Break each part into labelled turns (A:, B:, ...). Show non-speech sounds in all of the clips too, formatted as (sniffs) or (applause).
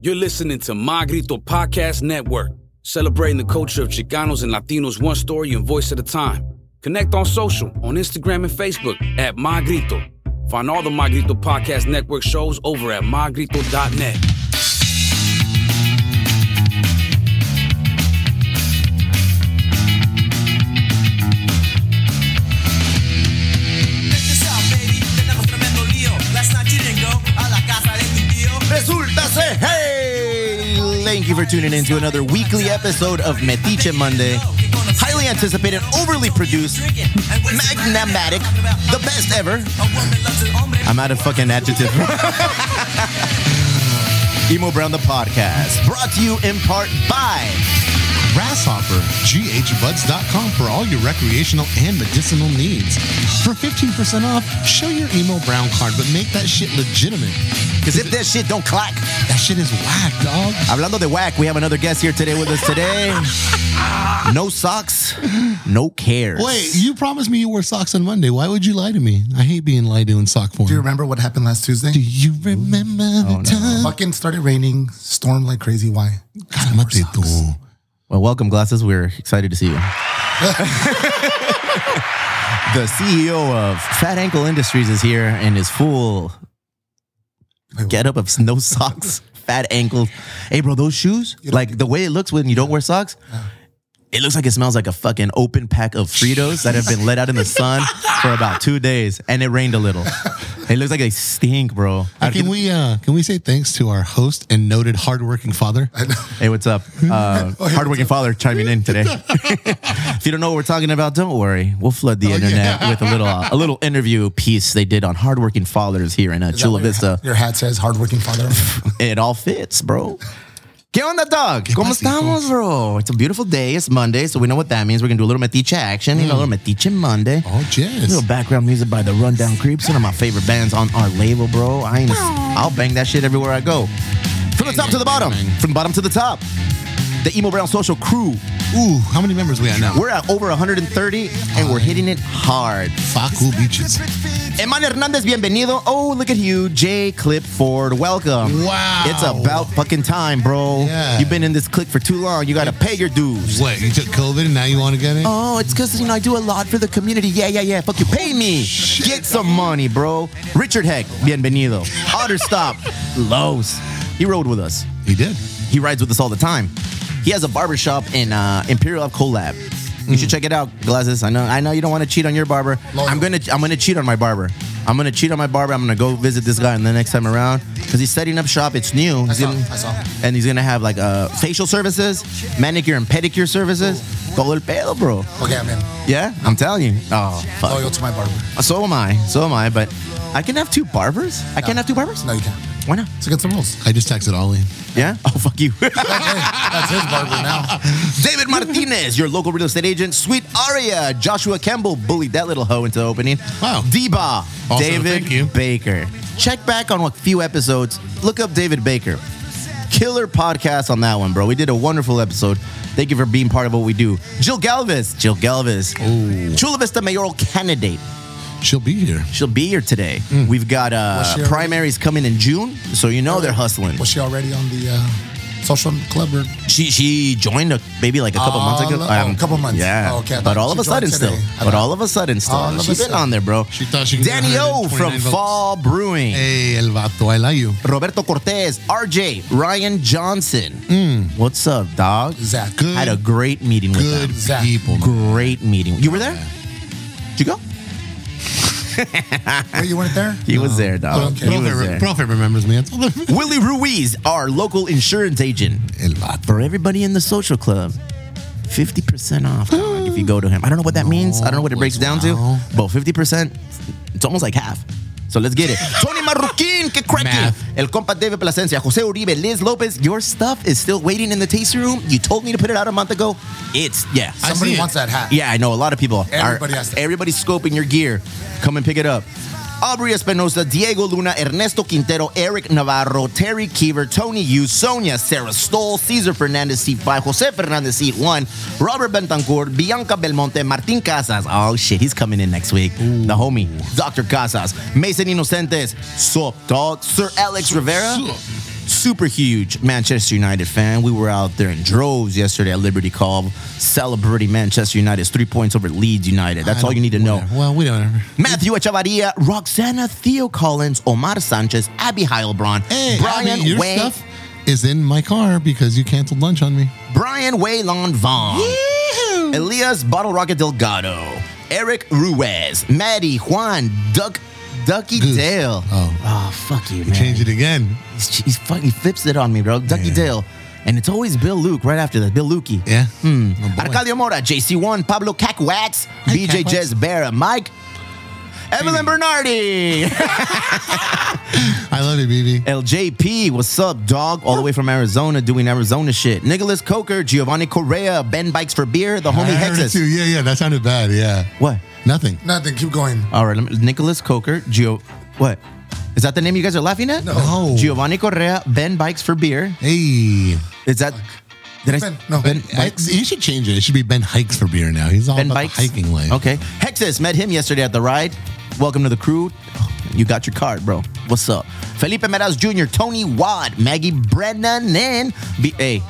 A: You're listening to Magrito Podcast Network, celebrating the culture of Chicanos and Latinos one story and voice at a time. Connect on social, on Instagram and Facebook at Magrito. Find all the Magrito Podcast Network shows over at magrito.net.
B: Check this out, baby, tenemos tremendo lío. Last night you didn't go a la casa de tu tío.
C: Resulta ser, hey! Thank you for tuning in to another weekly episode of Metiche Monday. Highly anticipated, overly produced, magnamatic, the best ever. I'm out of fucking adjective. (laughs) Emo Brown the podcast, brought to you in part by
D: Grasshopper, ghbuds.com for all your recreational and medicinal needs. For 15% off, show your emo brown card, but make that shit legitimate.
C: because if that shit don't clack,
D: That shit is whack, dog.
C: hablando de whack, we have another guest here today with us today. No socks, no cares.
D: Wait, you promised me you wore socks on Monday. Why would you lie to me? I hate being lied to in sock form.
E: Do you remember what happened last Tuesday?
D: Do you remember the time?
E: Fucking started raining, storm like crazy. Why?
D: Cálmate tú.
C: Well, welcome, glasses. We're excited to see you. the CEO of Fat Ankle Industries is here in his full getup of no socks, fat ankles. Hey, bro, those shoes, like the way it looks when you don't wear socks, it looks like it smells like a fucking open pack of Fritos that have been let out in the sun for about two days, and it rained a little. It looks like they stink, bro.
D: Can we uh, can we say thanks to our host and noted hardworking father?
C: Hey, what's (laughs) up? Uh, hardworking father chiming in (laughs) today. if you don't know what we're talking about, don't worry. We'll flood the internet (laughs) with a little uh, a little interview piece they did on hardworking fathers here in uh,
E: Is that
C: Chula
E: what your
C: Vista.
E: hat- Your hat says
C: (laughs)
E: hardworking father.
C: It all fits, bro. ¿Qué onda, dog? ¿Cómo
D: pasa, hijo?
C: estamos, bro? It's a beautiful day. It's Monday, so we know what that means. We're gonna do a little metiche action, you know, a little metiche Monday.
D: (laughs) Oh,
C: A
D: yes.
C: little background music by the Rundown Creeps, one of my favorite bands on our label, bro. I ain't, I'll bang that shit everywhere I go. From the top to the bottom, from bottom to the top. The Emo Brown Social crew.
D: Ooh, how many members we got now?
C: We're at over 130 and we're hitting it hard.
D: Facu Beaches.
C: Eman Hernandez, bienvenido. Oh, look at you, J Clip Ford. Welcome.
D: Wow.
C: It's about fucking time, bro.
D: Yeah.
C: You've been in this clique for too long. You gotta pay your dues.
D: What, you took COVID and now you want to get it?
C: Oh, it's because you know I do a lot for the community. Yeah, yeah, yeah. Fuck you, pay me. Get some money, bro. Richard Heck, bienvenido. Otter Stop, (laughs) Lowe's. He rode with us.
D: He did.
C: He rides with us all the time. He has a barbershop in uh, Imperial Ave Collab. You should check it out, Glasses. I know, I know you don't want to cheat on your barber.
E: Mm. Loyal.
C: I'm gonna, I'm gonna cheat on my barber. I'm gonna cheat on my barber. I'm gonna go visit this guy, and the next time around, because he's setting up shop, it's new. He's
E: saw-
C: gonna-
E: I saw.
C: And he's gonna have like uh, facial services, manicure and pedicure services. Todo el pedo, bro.
E: Okay, I'm in.
C: Yeah, I'm telling you. Oh, fuck.
E: Loyal to my barber.
C: So am I. So am I. But I can have two barbers. I can't have two barbers.
E: No, you can't.
C: Why not?
E: It's against the rules.
D: I just texted Ollie.
C: Yeah. Oh fuck you. (laughs)
E: That's his barber now.
C: David Martinez, your local real estate agent. Sweet Aria, Joshua Campbell bullied that little hoe into opening.
D: Wow.
C: Deba,
D: Also,
C: David
D: thank you.
C: Baker. Check back on a few episodes. Look up David Baker. Killer podcast on that one, bro. We did a wonderful episode. Thank you for being part of what we do. Jill Galvez, Jill Galvez, Chula Vista mayoral candidate.
D: (laughs) She'll be here.
C: She'll be here today. We've got
E: Mm. Was she
C: uh,
E: already-
C: primaries coming in June, so you know they're hustling.
E: Was she already on the uh, social club? Or,
C: She she joined a, maybe like a couple
E: Oh,
C: months ago. Um,
E: no. Oh, couple months.
C: Yeah.
E: Oh, okay. I
C: But
E: thought
C: all of
E: she
C: a sudden,
E: joined today.
C: still.
E: I
C: But
E: thought- Oh,
C: all of a sudden, still.
E: All of a
C: She's been
E: sudden.
C: on there, bro.
D: She thought she could get
C: Danny O
D: 129
C: from
D: votes.
C: Fall Brewing.
D: Hey, El Vato, I like you.
C: Roberto Cortez, RJ, Ryan Johnson.
E: Mm.
C: What's up, dog?
E: Zach.
D: Good.
C: Had a great meeting
D: Good
C: with
E: Zach.
D: people.
C: them. Great meeting. You were there? Did you go?
E: Wait, you weren't there?
C: He was there, dog.
E: Okay.
C: He was
D: Prophet,
C: there.
D: Prophet remembers me. I told him.
C: Willie Ruiz, our local insurance agent.
D: El Vato.
C: for everybody in the social club 50% off dog, if you go to him i don't know what that means i don't know what it breaks down to
D: wow.
C: but 50% it's almost like half so let's
D: (laughs)
C: get it tony marroquin que cracking
D: Math.
C: el compa david plasencia jose uribe liz lopez your stuff is still waiting in the tasting room you told me to put it out a month ago it's yeah
E: Somebody
D: see it.
E: wants that hat.
C: yeah, I know a lot of people.
E: Everybody
C: are,
E: has to-
C: Everybody's scoping your gear. Come and pick it up. Aubrey Espinosa, Diego Luna, Ernesto Quintero, Eric Navarro, Terry Keever, Tony Yu, Sonia, Sarah Stoll, Cesar Fernandez, seat 5, Jose Fernandez, seat 1, Robert Bentancourt, Bianca Belmonte, Martin Casas. Oh, shit, he's coming in next week. The homie, Dr. Casas, Mason Inocentes, Sup Dog, Sir Alex Rivera,
D: Sup.
C: super huge Manchester United fan. We were out there in droves yesterday at Liberty Call celebrating Manchester United's three points over Leeds United. That's all you need to know.
D: Well, we don't ever.
C: Matthew Echevarria, Roxana Theo Collins, Omar Sanchez, Abby Heilbronn,
D: Hey,
C: Brian
D: Abby, your
C: Way,
D: stuff is in my car because you canceled lunch on me.
C: Brian Waylon Vaughn, Elias Bottle Rocket Delgado, Eric Ruiz, Maddie Juan, Duck, Ducky
D: Goose.
C: Dale. Ah,
D: Oh.
C: fuck you, man.
D: Change it again.
C: He's, he's fuck, he flips it on me, bro. Ducky
D: Yeah.
C: Dale. And it's always Bill Luke right after that. Bill Lukey.
D: Yeah. Hmm.
C: Arcadio Mora, JC1, Pablo Cackwax,
D: Hey,
C: BJ
D: Cackwax.
C: Jezbera, Mike, Evelyn Bernardi, (laughs)
D: I love you, BB.
C: LJP, what's up, dog? All the way from Arizona doing Arizona shit. Nicholas Coker, Giovanni Correa, Ben Bikes for Beer, the homie
D: I heard it
C: Hexus.
D: too. Yeah, yeah. That sounded bad. Yeah.
C: What?
D: Nothing.
E: Nothing. Keep going.
C: All right, let me- Nicholas Coker, Gio. What? Is that the name you guys are laughing at?
D: No.
C: Giovanni Correa, Ben Bikes for Beer.
D: Hey.
C: Is that. Did I.
E: Ben, no.
D: Ben,
C: Bikes?
D: You should change it. It should be Ben Hikes for beer now. He's all
C: Ben
D: about the
C: Bikes.
D: hiking life.
C: Okay. Hexus, met him yesterday at the ride. Welcome to the crew. You got your card, bro. What's up? Felipe Meraz Jr., Tony Wad, Maggie Brennan, and B- hey,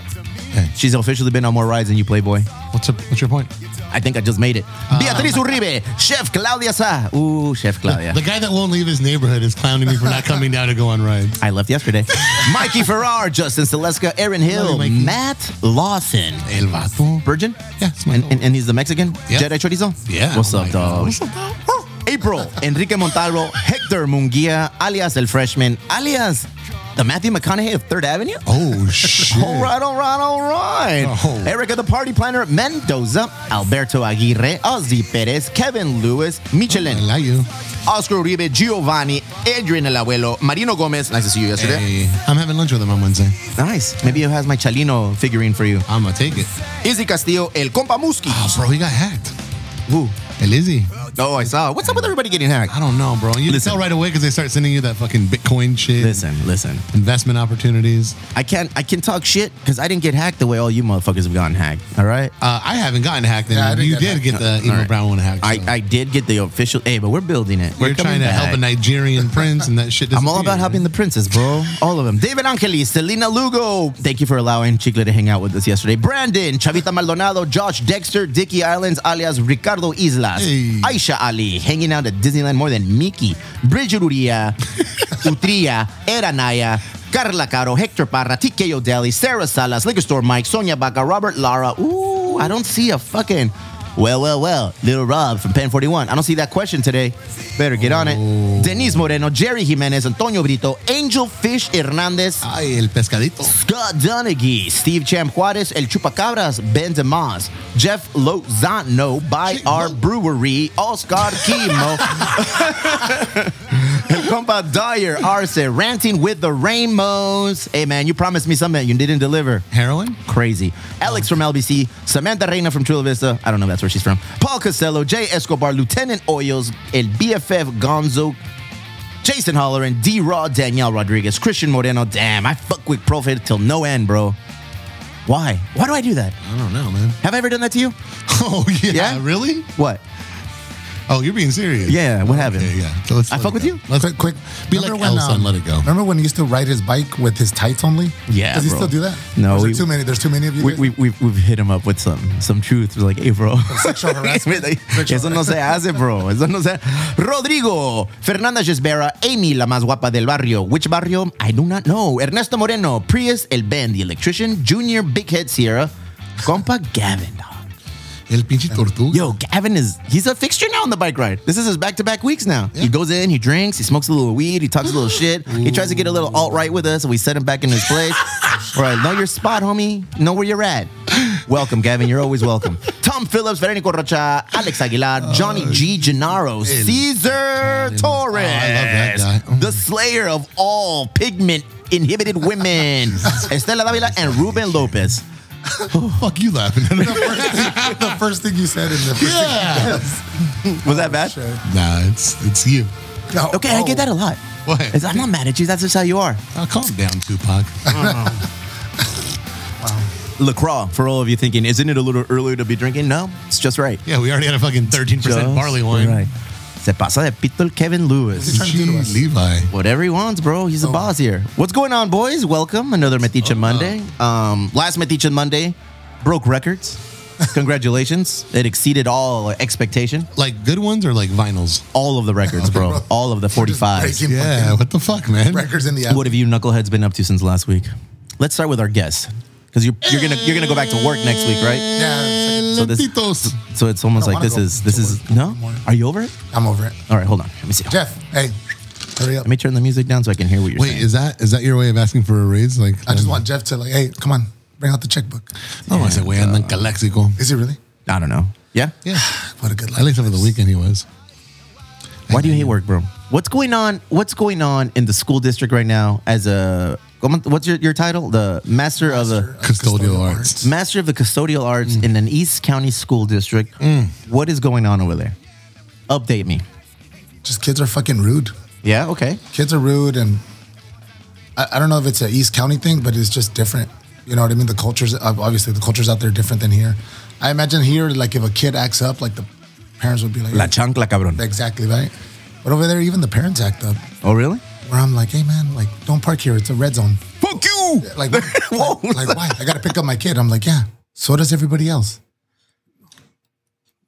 D: Hey.
C: she's officially been on more rides than you, Playboy.
D: What's up? What's your point?
C: I think I just made it.
D: Uh, (laughs)
C: Beatriz Uribe, Chef Claudia Sa. Ooh, Chef Claudia.
D: The guy that won't leave his neighborhood is clowning me for not coming down to go on
C: (laughs)
D: rides.
C: I left
D: (laughs)
C: yesterday. Mikey Ferrar, Justin Seleska, Aaron Hill,
D: Hello, Mikey.
C: Matt Lawson.
D: El vato.
C: Virgin?
D: Yeah, it's my
C: And,
D: dog.
C: and, and he's the Mexican?
D: Yeah.
C: Jedi Chorizo?
D: Yeah.
C: What's
D: Oh
C: up,
D: my God.
C: dog?
D: What's up, dog? Oh,
C: April, Enrique Montalvo, Hector Munguia, alias El Freshman, alias the Matthew McConaughey of Third Avenue?
D: Oh,
C: (laughs)
D: shit.
C: All right, all right, all right.
D: Oh.
C: Erica, the party planner, Mendoza, Alberto Aguirre, Ozzy Perez, Kevin Lewis, Michelin,
D: Oh, I like you.
C: Oscar Uribe, Giovanni, Adrian El Abuelo, Marino Gomez. Nice to see you yesterday.
D: Hey, I'm having lunch with him on Wednesday.
C: Nice. Maybe it has my Chalino figurine for you.
D: I'm gonna take it.
C: Izzy Castillo, El Compa Musky.
D: Oh, bro, he got hacked.
C: Woo.
D: El Izzy.
C: Oh, I saw. What's up with everybody getting hacked?
D: I don't know, bro. You can
C: Listen.
D: tell right away because they start sending you that fucking Bitcoin shit,
C: Listen, listen.
D: investment opportunities.
C: I can't. I can talk shit because I didn't get hacked the way all you motherfuckers have gotten hacked. All right.
D: Uh, I haven't gotten hacked, and
E: Yeah, I didn't
D: you
E: get
D: did
E: hacked.
D: get the Emo
C: right.
D: Brown one hacked.
C: I,
D: so.
C: I did get the official. Hey, but we're building it. We're
D: You're
C: coming
D: trying to help
C: back.
D: a Nigerian
C: (laughs)
D: prince, and that shit.
C: I'm all about
D: disappeared.
C: helping the princes, bro. All of them. David Angelis, Selena Lugo. Thank you for allowing Chicle to hang out with us yesterday. Brandon, Chavita Maldonado, Josh Dexter, Dicky Islands, alias Ricardo Islas.
D: Hey.
C: Aisha Ali, hanging out at Disneyland more than Mickey. Bridget
D: (laughs)
C: Uria, Utria, Eranaya, Carla Caro, Hector Parra, TK O'Delly, Sarah Salas, Liquor Store Mike, Sonia Baca, Robert Lara. Ooh, I don't see a fucking. Well, well, well, little Rob from Pen 41. I don't see that question today. Better get on it. Denise Moreno, Jerry Jimenez, Antonio Brito, Angel Fish Hernandez,
D: Ay, el pescadito.
C: Scott Donaghy, Steve Champ Juarez, El Chupacabras, Ben DeMoss, Jeff Lozano, by our brewery, Oscar Kimo, El Compa Dyer, Arce, ranting with the Ramos. Hey man, you promised me something you didn't deliver.
D: Heroin?
C: Crazy. Alex from LBC, Samantha Reina from Chula Vista. I don't know if that's where she's from. Paul Costello, Jay Escobar, Lieutenant Oils, El BFF Gonzo, Jason Holleran, D Raw, Danielle Rodriguez, Christian Moreno. Damn, I fuck with Profit till no end, bro. Why? Why do I do that?
D: I don't know, man.
C: Have I ever done that to you?
D: (laughs) Oh yeah,
C: Yeah?
D: really?
C: What?
D: Oh, you're being serious?
C: Yeah, what happened?
D: Okay, yeah. So let's
C: I
D: let
C: fuck
D: it
C: with
D: go.
C: you?
D: Let's
E: quick, quick.
D: Be like Elsa and let it go.
E: Remember when he used to ride his bike with his tights only?
C: Yeah,
E: Does he
C: bro.
E: still do that?
C: No,
E: Or is there
C: we-
E: too many. There's too many of you.
C: We,
E: guys?
C: we, we've, we've hit him up with some some truth. We're like, hey, bro. (laughs)
E: Sexual harassment.
C: Eso no se hace, bro. Eso no se Rodrigo, Fernanda Gisbera, Amy, la más guapa del barrio. Which barrio? I do not know. Ernesto Moreno, Prius, El Ben, the electrician, Junior, Big Head Sierra, compa Gavin. dog.
D: El pinche tortuga.
C: Yo, Gavin is, he's a fixture now on the bike ride. This is his back to back weeks now. He goes in, he drinks, he smokes a little weed, he talks a little shit. He tries to get a little alt right with us, and we set him back in his (laughs) place. All right, know your spot, homie. Know where you're at. Welcome, Gavin. You're always (laughs) welcome. Tom Phillips, Federico Rocha, Alex Aguilar, Johnny G. Gennaro, Caesar Torres.
D: that guy. Oh
C: The slayer of all pigment inhibited (laughs) women, Estela Davila and Ruben Lopez.
D: fuck you laughing. at? (laughs)
E: the, first thing, (laughs) the first thing you said in the first
D: Yeah.
C: Was that bad?
E: Sure.
D: nah, it's it's you.
E: No,
C: Okay, I get that a lot.
D: What?
C: It's- I'm not mad at you. That's just how you are.
D: Oh, calm down, Tupac. (laughs)
C: LaCroix, for all of you thinking, isn't it a little earlier to be drinking? No, it's just right.
D: yeah, we already had a fucking 13%
C: Just
D: barley wine.
C: right. Se pasa de pito el Kevin Lewis.
E: trying to do to us?
D: Levi.
C: Whatever he wants, bro. He's the boss here. What's going on, boys? Welcome. Another Metiche Monday. Um, last Metiche Monday broke records. Congratulations. It exceeded all expectation.
D: Like good ones or like vinyls?
C: All of the records, bro. All of the 45s.
E: breaking
D: Yeah, what the fuck, man? (laughs)
E: Records in the
C: What have you knuckleheads been up to since last week? Let's start with our guest. Because you're, you're gonna you're gonna go back to work next week, right?
E: Yeah,
C: So this-
D: Lampitos.
C: So it's almost
E: I don't
C: like this
E: wanna go
C: is this
E: to
C: is
E: work
C: no.
E: tomorrow.
C: Are you over it?
E: I'm over it.
C: All right, hold on. Let me see.
E: Jeff, hey, hurry up.
C: Let me turn the music down so I can hear what you're
D: Wait,
C: saying.
D: is that is that your way of asking for a raise? Like
E: I just want Jeff to like, hey, come on, bring out the checkbook.
D: Oh, I said way and then Calexico.
E: Is he really?
C: I don't know. Yeah. (sighs)
D: Yeah,
E: What a good life.
D: at least over the weekend he was.
C: Why do you hate work, bro? What's going on? What's going on in the school district right now? As a what's your, your title? The master, of the
D: Custodial arts.
C: master of the custodial arts in an East County school district. What is going on over there? Update me.
E: Just kids are fucking rude.
C: Yeah. Okay.
E: Kids are rude, and I, I don't know if it's a East County thing, but it's just different. You know what I mean? The cultures, ob- obviously, the cultures out there are different than here. I imagine here, like if a kid acts up, like the parents would be like,
C: La chancla, cabrón.
E: exactly right. But over there, even the parents act up.
C: Oh, really?
E: Where I'm like, hey man, like don't park here. It's a red zone.
C: Fuck you.
E: (laughs) Like,
C: (laughs)
E: Whoa. like, why? I gotta pick up my kid. I'm like, yeah. So does everybody else.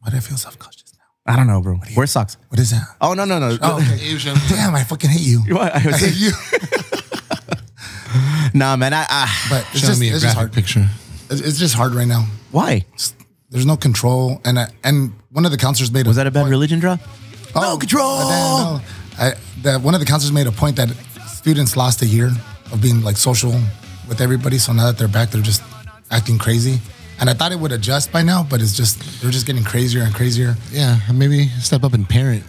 E: Why do I feel self conscious now?
C: I don't know, bro. Wear socks.
E: What is that?
C: Oh no no no.
E: Oh, okay. Damn, I fucking
C: (laughs)
E: hate you.
C: What? I
E: I
C: was-
E: hate you.
C: (laughs) nah, man. I, I
E: But it's
D: Show
E: just,
D: me a
E: it's just
D: graphic
E: hard.
D: picture.
E: It's it's just hard right now.
C: why
E: There's no control, and I, and one of the counselors made
C: was
E: a
C: that a bad religion drop?
E: Oh.
C: no control.
E: Uh, then, no. I, that one of the counselors made a point that students lost a year of being like social with everybody. So now that they're back, they're just acting crazy. And I thought it would adjust by now, but it's just they're just getting crazier and crazier.
D: Yeah, maybe step up and parent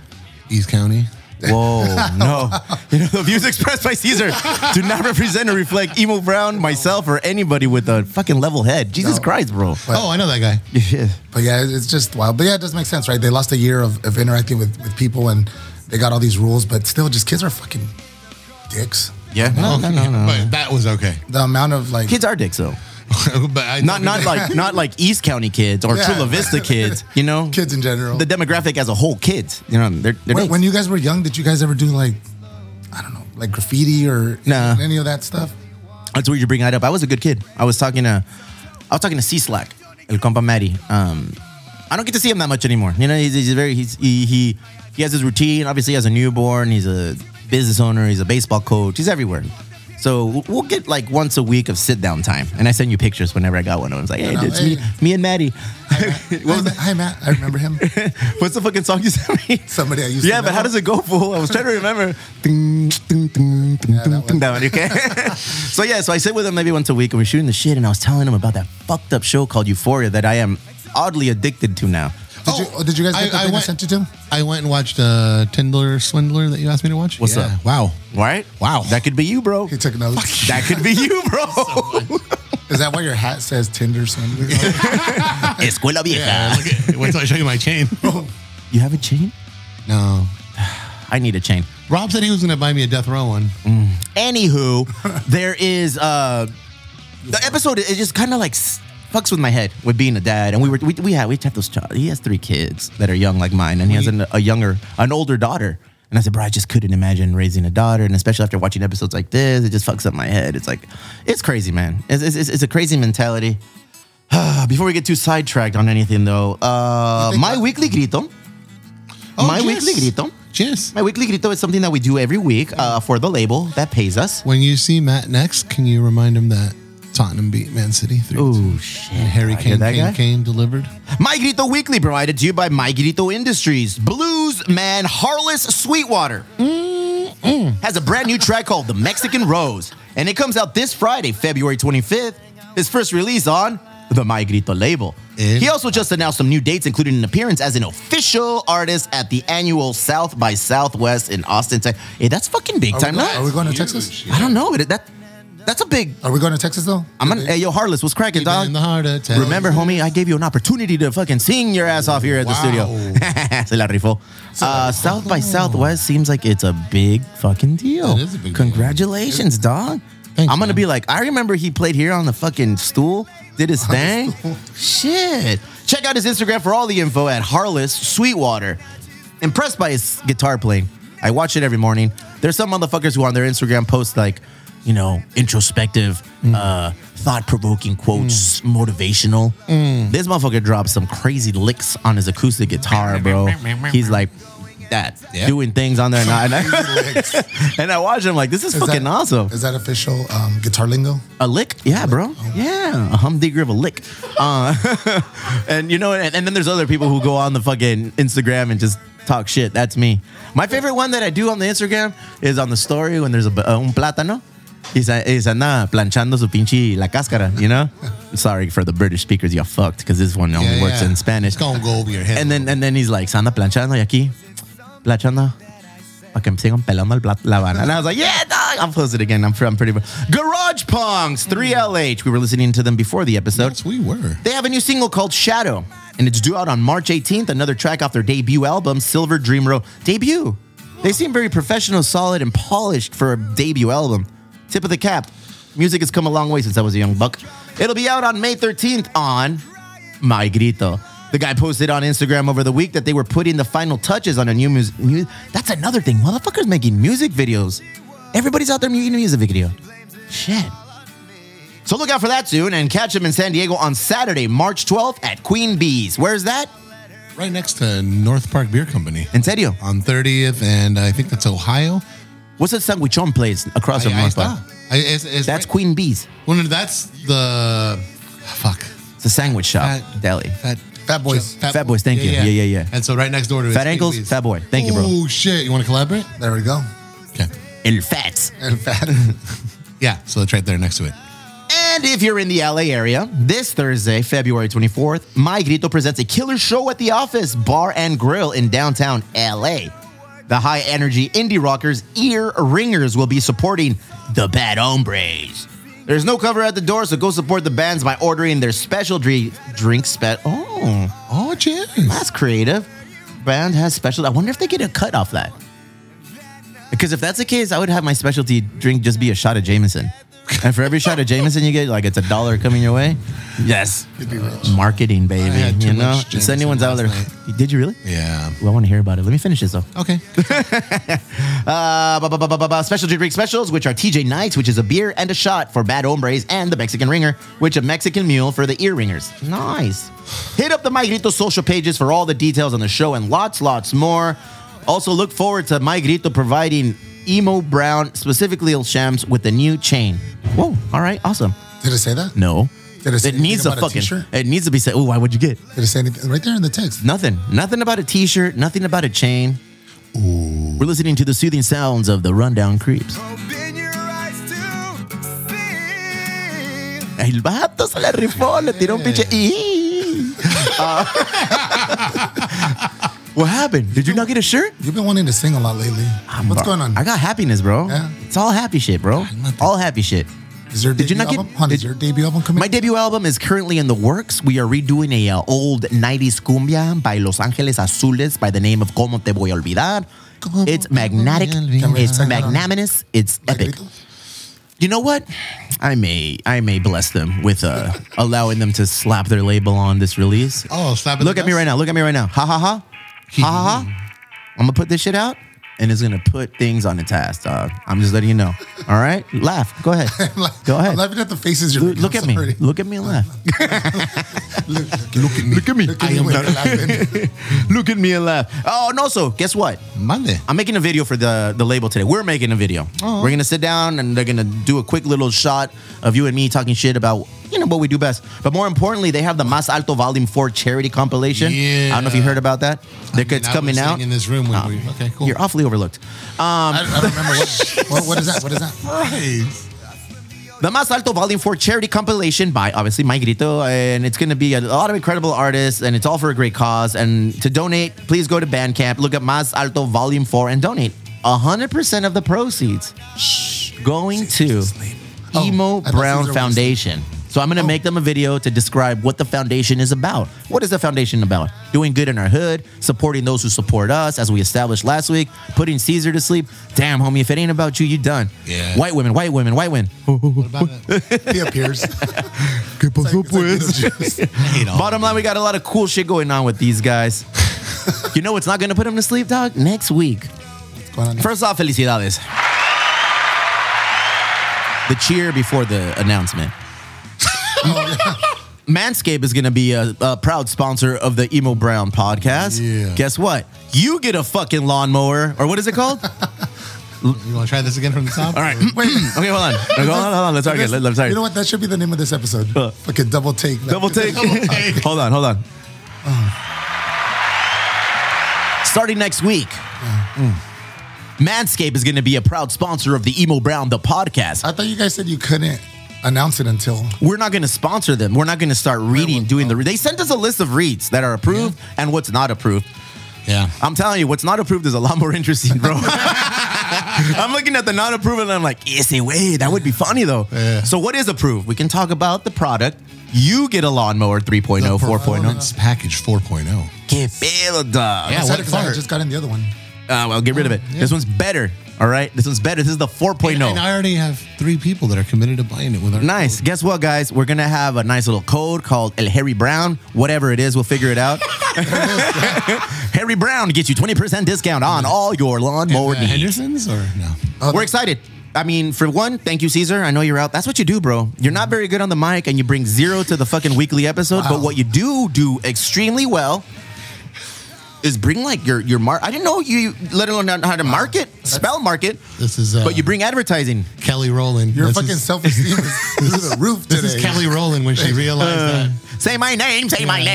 D: East County.
C: Whoa,
E: (laughs)
C: no. You know, the views expressed by Caesar do not represent or reflect Emo Brown, myself, or anybody with a fucking level head. Jesus
E: No.
C: Christ, bro.
D: oh, I know that guy.
C: Yeah.
E: But (laughs) yeah, it- it's just wild. But yeah, it does make sense, right? They lost a year of, of interacting with, with people, and they got all these rules. But still, just kids are fucking dicks.
C: Yeah. No, no, no, no.
D: But that was okay. (laughs)
E: The amount of like
C: Kids are dicks though.
D: but I
C: Not not
E: (laughs)
C: like not like East County kids or
E: Yeah.
C: Chula Vista kids, you know?
E: kids in general.
C: The demographic as a whole, kids. You know, they're, they're
E: when,
C: dicks.
E: when you guys were young, did you guys ever do like I don't know, like graffiti or
C: Nah.
E: any of that stuff?
C: That's weird you bring that up. I was a good kid. I was talking to, I was talking to C Slack, El Compa Matty. Um, I don't get to see him that much anymore. You know, he's, he's very he's, he he he has his routine. Obviously, he has a newborn. He's a business owner. He's a baseball coach. He's everywhere. So we'll get like once a week of sit down time, and I send you pictures whenever I got one. I was like, hey,
E: know,
C: it's me,
E: hey.
C: me and Maddie. (laughs)
E: Hi, Matt. Hi, Matt. I remember him.
C: What's the fucking song you sent me?
E: Somebody I used to
C: Yeah, but
E: know.
C: how does it go, fool? I was trying to remember. Ding, ding, ding, ding,
E: Yeah, that
C: ding, ding, that
E: one.
C: one, okay? (laughs) so yeah, so I sit with him maybe once a week and we're shooting the shit and I was telling him about that fucked up show called Euphoria that I am oddly addicted to now.
E: Did, you, oh, did you guys
D: I-
E: get the
D: I
E: thing I
D: went-
E: sent you to?
D: I went and watched uh, Tindler Swindler that you asked me to watch.
C: What's
D: Yeah.
C: up?
D: Wow.
C: Right?
D: Wow.
C: That could be you, bro.
E: He took notes.
C: That could be you,
E: (laughs)
C: bro.
E: Is that why your hat says Tinder Swindler?
C: Escuela vieja.
D: Yeah. look at, (laughs) wait till I show you my chain.
C: You have a chain?
D: no.
C: I need a chain.
D: Rob said he was going to buy me a death row one.
C: Anywho, (laughs) there is uh the episode. It just kind of like s- fucks with my head with being a dad. And we were we we had we had those. Child, he has three kids that are young like mine, and he has an, a younger, an older daughter. And I said, bro, I just couldn't imagine raising a daughter, and especially after watching episodes like this, it just fucks up my head. It's like, it's crazy, man. It's it's, it's, it's a crazy mentality. (sighs) Before we get too sidetracked on anything, though, uh, my weekly grito, my
D: yes.
C: weekly grito,
D: Yes.
C: my weekly grito is something that we do every week uh, for the label that pays us.
D: (laughs) When you see Matt next, can you remind him that Tottenham beat Man City 3
C: Oh shit!
D: And Harry
C: I hear
D: Kane,
C: that guy?
D: Kane, Kane delivered.
C: My Grito Weekly provided to you by My Grito Industries. Blues man Harless Sweetwater has a brand new track called The Mexican Rose, and it comes out this Friday, February 25th. His first release on the My Grito label.
D: Eh?
C: He also just announced some new dates, including an appearance as an official artist at the annual South by Southwest in Austin, Texas. Hey, that's fucking big
E: Are we,
C: time,
E: go- are we
C: no?
E: going to Texas?
C: I don't know, but that that's a big.
E: Are we going to Texas though?
C: I'm gonna. Hey, yo, Harless, what's cracking,
D: Even
C: dog?
D: in the heart attack.
C: Remember, homie, I gave you an opportunity to fucking sing your ass off here at the
D: Wow.
C: studio. (laughs) Se la rifó. Uh, South by Southwest seems like it's a big fucking deal.
D: It is a big deal.
C: Congratulations, dog.
D: Thanks,
C: I'm gonna
D: man.
C: be like, I remember he played here on the fucking stool, did his
D: (laughs)
C: thing. Shit. Check out his Instagram for all the info at Harless Sweetwater. impressed by his guitar playing. I watch it every morning. There's some motherfuckers who on their Instagram post like, you know, introspective,
D: Mm.
C: uh, thought provoking quotes, motivational.
D: Mm.
C: This motherfucker drops some crazy licks on his acoustic guitar,
D: (laughs)
C: bro. He's like that,
D: Yeah.
C: doing things
D: (laughs)
C: on there. And I, and I, (laughs) and I watch him like, this is,
E: Is
C: fucking
E: that,
C: awesome.
E: Is that official um, guitar lingo?
C: A lick? Yeah, bro. Yeah, a humdinger of a lick. Uh, (laughs) and you know, and, and then there's other people who go on the fucking Instagram and just talk shit. That's me. My favorite one that I do on the Instagram is on the story when there's a, a un plátano. He's, uh, he's anda planchando su pinche la cáscara, you know? Sorry for the British speakers, y'all fucked, because this one only
D: Yeah,
C: works
D: yeah.
C: in Spanish.
D: It's gonna go over your head.
C: And then and then he's like, se anda planchando y aquí, planchando. Pa' que me sigan pelando el plat- la banana. And I was like, yeah, dog. I'll post it again. I'm, I'm pretty. Garage Punks, 3LH. We were listening to them before the episode.
D: yes, we were.
C: They have a new single called Shadow, and it's due out on March 18th, another track off their debut album, Silver Dream Row. Debut. They seem very professional, solid, and polished for a debut album. Tip of the cap. Music has come a long way since I was a young buck. It'll be out on May 13th on My Grito. The guy posted on Instagram over the week that they were putting the final touches on a new music. Mu- That's another thing. Motherfuckers making music videos. Everybody's out there making a music video. Shit. So look out for that soon and catch them in San Diego on Saturday, March 12th at Queen Bees. Where's that?
D: Right next to North Park Beer Company
C: En serio.
D: on 30th, and I think that's Ohio.
C: What's that sandwichon place across
D: Ahí-
C: from
D: ahí
C: North
D: está.
C: Park?
D: Ahí- es- es
C: That's
D: right-
C: Queen Bees.
D: Well, no, that's the fuck.
C: It's a sandwich shop,
D: Fat-
C: deli.
D: Fat,
E: Fat Boys.
C: Fat Boys, thank you. Yeah, yeah, yeah.
D: And so right next door to it is
C: Fat
D: Kate
C: ankles,
D: Lee's.
C: fat boy. Thank you, bro.
D: Oh shit, you want to collaborate?
E: There we go.
D: (laughs) Okay.
C: El Fats. (laughs)
E: And fat.
D: Yeah, so it's right there next to it.
C: And if you're in the LA area, this Thursday, February 24th, My Grito presents a killer show at the office, Bar and Grill in downtown LA. The high energy indie rockers Ear Ringers will be supporting the Bad Hombres. There's no cover at the door, so go support the bands by ordering their special dri- drink. Spe- oh,
D: Oh shit.
C: that's creative. Band has special. I wonder if they get a cut off that. Because if that's the case, I would have my specialty drink just be a shot of Jameson. And for every shot of Jameson you get, like it's a dollar coming your way. Yes. Marketing, baby.
D: had too
C: you know?
D: much
C: If
D: Jameson
C: anyone's out there.
D: last
C: Did you really?
D: Yeah.
C: Well, I want to hear about it. Let me finish this though.
D: Okay.
C: (laughs) Uh, ba- ba- ba- ba- ba- ba- specialty drink specials, which are TJ Nights, which is a beer and a shot for bad hombres, and the Mexican Ringer, which a Mexican mule for the ear ringers. Nice. Hit up the My Grito social pages for all the details on the show and lots, lots more. Also, look forward to My Grito providing Emo Brown, specifically El Shams, with the new chain. Whoa, all right, awesome.
E: Did it say that?
C: No.
E: Did it say
C: It needs
E: anything
C: a
E: about a
C: fucking.
E: t-shirt?
C: it needs to be said. Oh, why would you get?
E: Did it say anything? Right there in the text.
C: Nothing. Nothing about a t-shirt. Nothing about a chain. We're listening to the soothing sounds of the Rundown Creeps. El vato se le rifó, le tiró un pinche.
E: (laughs)
C: "Ee." Uh, what happened? Did you not get a shirt?
E: You've been wanting to sing a lot lately.
C: I'm-
E: What's going on?
C: I got happiness, bro.
E: Yeah.
C: It's all happy shit, bro. All happy shit.
E: is your
C: Did you
E: debut
C: not get-
E: album? Hon,
C: did-
E: is your debut album coming?
C: My debut album is currently in the works. We are redoing a uh, old 90s cumbia by Los Angeles Azules by the name of Como Te Voy a Olvidar.
D: Como
C: It's
D: te voy a
C: magnetic,
D: olvidar.
C: it's magnanimous, it's epic.
E: Negrito?
C: You know what? I may I may bless them with uh, allowing them to slap their label on this release.
D: Oh, slap it.
C: Look at me right now. Look at me right now. Ha ha ha. Ha ha
D: (laughs)
C: ha. I'm gonna put this shit out and it's gonna put things on its ass, dog. I'm just letting you know. All right? Laugh. Go
D: (laughs)
C: ahead. Go ahead.
E: I'm laughing at the faces you're
C: Look,
E: making.
C: look at me. (laughs)
E: I'm sorry.
C: Look at me and laugh.
E: Look, look at me.
C: Look at me.
E: Look at me when you're laughing.
C: Look at me and laugh. Oh, and also, guess what?
D: Monday.
C: I'm making a video for the, the label today. We're making a video. We're gonna sit down and they're gonna do a quick little shot of you and me talking shit about you know what we do best. But more importantly, they have the Mas Alto Volume Four charity compilation. I don't know if you
D: Yeah.
C: heard about that. They're,
D: mean,
C: it's
D: I
C: coming
D: was
C: out.
D: sitting in this room when
C: Ah,
D: we- okay, cool.
C: You're awfully overlooked. (laughs)
E: I, I don't remember what, what. What is that? What is that?
D: Right.
C: The Mas Alto Volume 4 charity compilation by obviously Mike Grito, and it's going to be a lot of incredible artists, and it's all for a great cause. And to donate, please go to Bandcamp, look at Mas Alto Volume 4, and donate. 100% of the proceeds going to
E: I
C: Emo
E: Oh, thought these Oh.
C: Brown
E: were
C: Foundation. So I'm going to make them a video to describe what the foundation is about. What is the foundation about? Doing good in our hood, supporting those who support us, as we established last week, putting Caesar to sleep. Damn, homie, if it ain't about you, you done.
D: Yeah.
C: White women, white women, white women.
D: What about it?
E: (laughs) He
D: (laughs)
E: appears.
D: I hate
C: (laughs)
D: all
C: Oh.
E: (laughs)
C: Bottom line, we got a lot of cool shit going on with these guys. you know what's not gonna put him to sleep, dog? Next week.
E: What's going on?
C: First off, felicidades. The cheer before the
E: (laughs)
C: announcement.
E: Oh,
C: (laughs) Manscaped is going to be a, a proud sponsor of the Emo Brown podcast.
D: Yeah.
C: Guess what? You get a fucking lawnmower, or what is it
E: (laughs)
C: called? All
D: You want to try this again from the top? All
C: right. Wait. (clears throat) okay,
E: (laughs)
C: hold on. Hold on, hold on. Let's argue. Let's, let's
E: You
C: argue.
E: know what? That should be the name of this episode.
C: Huh.
E: Fucking double take. man.
C: Double take.
D: take.
C: (laughs) hold on, hold on. Starting next week, Manscaped is going to be a proud sponsor of the Emo Brown the podcast.
E: I thought you guys said you couldn't announce it until.
C: We're not going to sponsor them. We're not going to start reading, doing the. They sent us a list of reads that are approved and what's not approved.
D: Yeah.
C: I'm telling you, what's not approved is a lot more interesting, bro. (laughs) I'm looking at the not approved and I'm like, yes, way, that would be funny though.
D: Yeah.
C: So what is approved? We can talk about the product. You get a lawnmower oh, 3.0, 4.0.
D: Performance package oh. 4.0.
C: Get filled, dog.
D: Yeah,
E: I
D: what
E: said it 'cause I
D: part?
E: had just got in the other one.
C: Uh, well, get rid of it. This one's better. All right, this one's better. This is the 4.0.
D: And, and I already have three people that are committed to buying it with our
C: Nice. Guess what, guys? We're gonna have a nice little code called El Harry Brown. Whatever it is, we'll figure it
D: (laughs)
C: out. (laughs) Harry Brown gets you 20% discount on all your lawnmower
D: Uh,
C: needs.
D: Henderson's or no?
C: We're excited. I mean, for one, thank you, Caesar. I know you're out. That's what you do, bro. You're not very good on the mic and you bring zero to the fucking weekly episode. But what you do do extremely well is bring like your your mark. I didn't know you, let alone how to market, spell market.
D: This is, uh,
C: but you bring advertising.
D: Kelly Rowland.
E: Your
D: This
E: fucking
D: is-
E: self
D: (laughs)
E: esteem is through the roof today.
D: This is Kelly Rowland when
E: (laughs)
D: she realized
C: Say my name, say my
D: Yeah,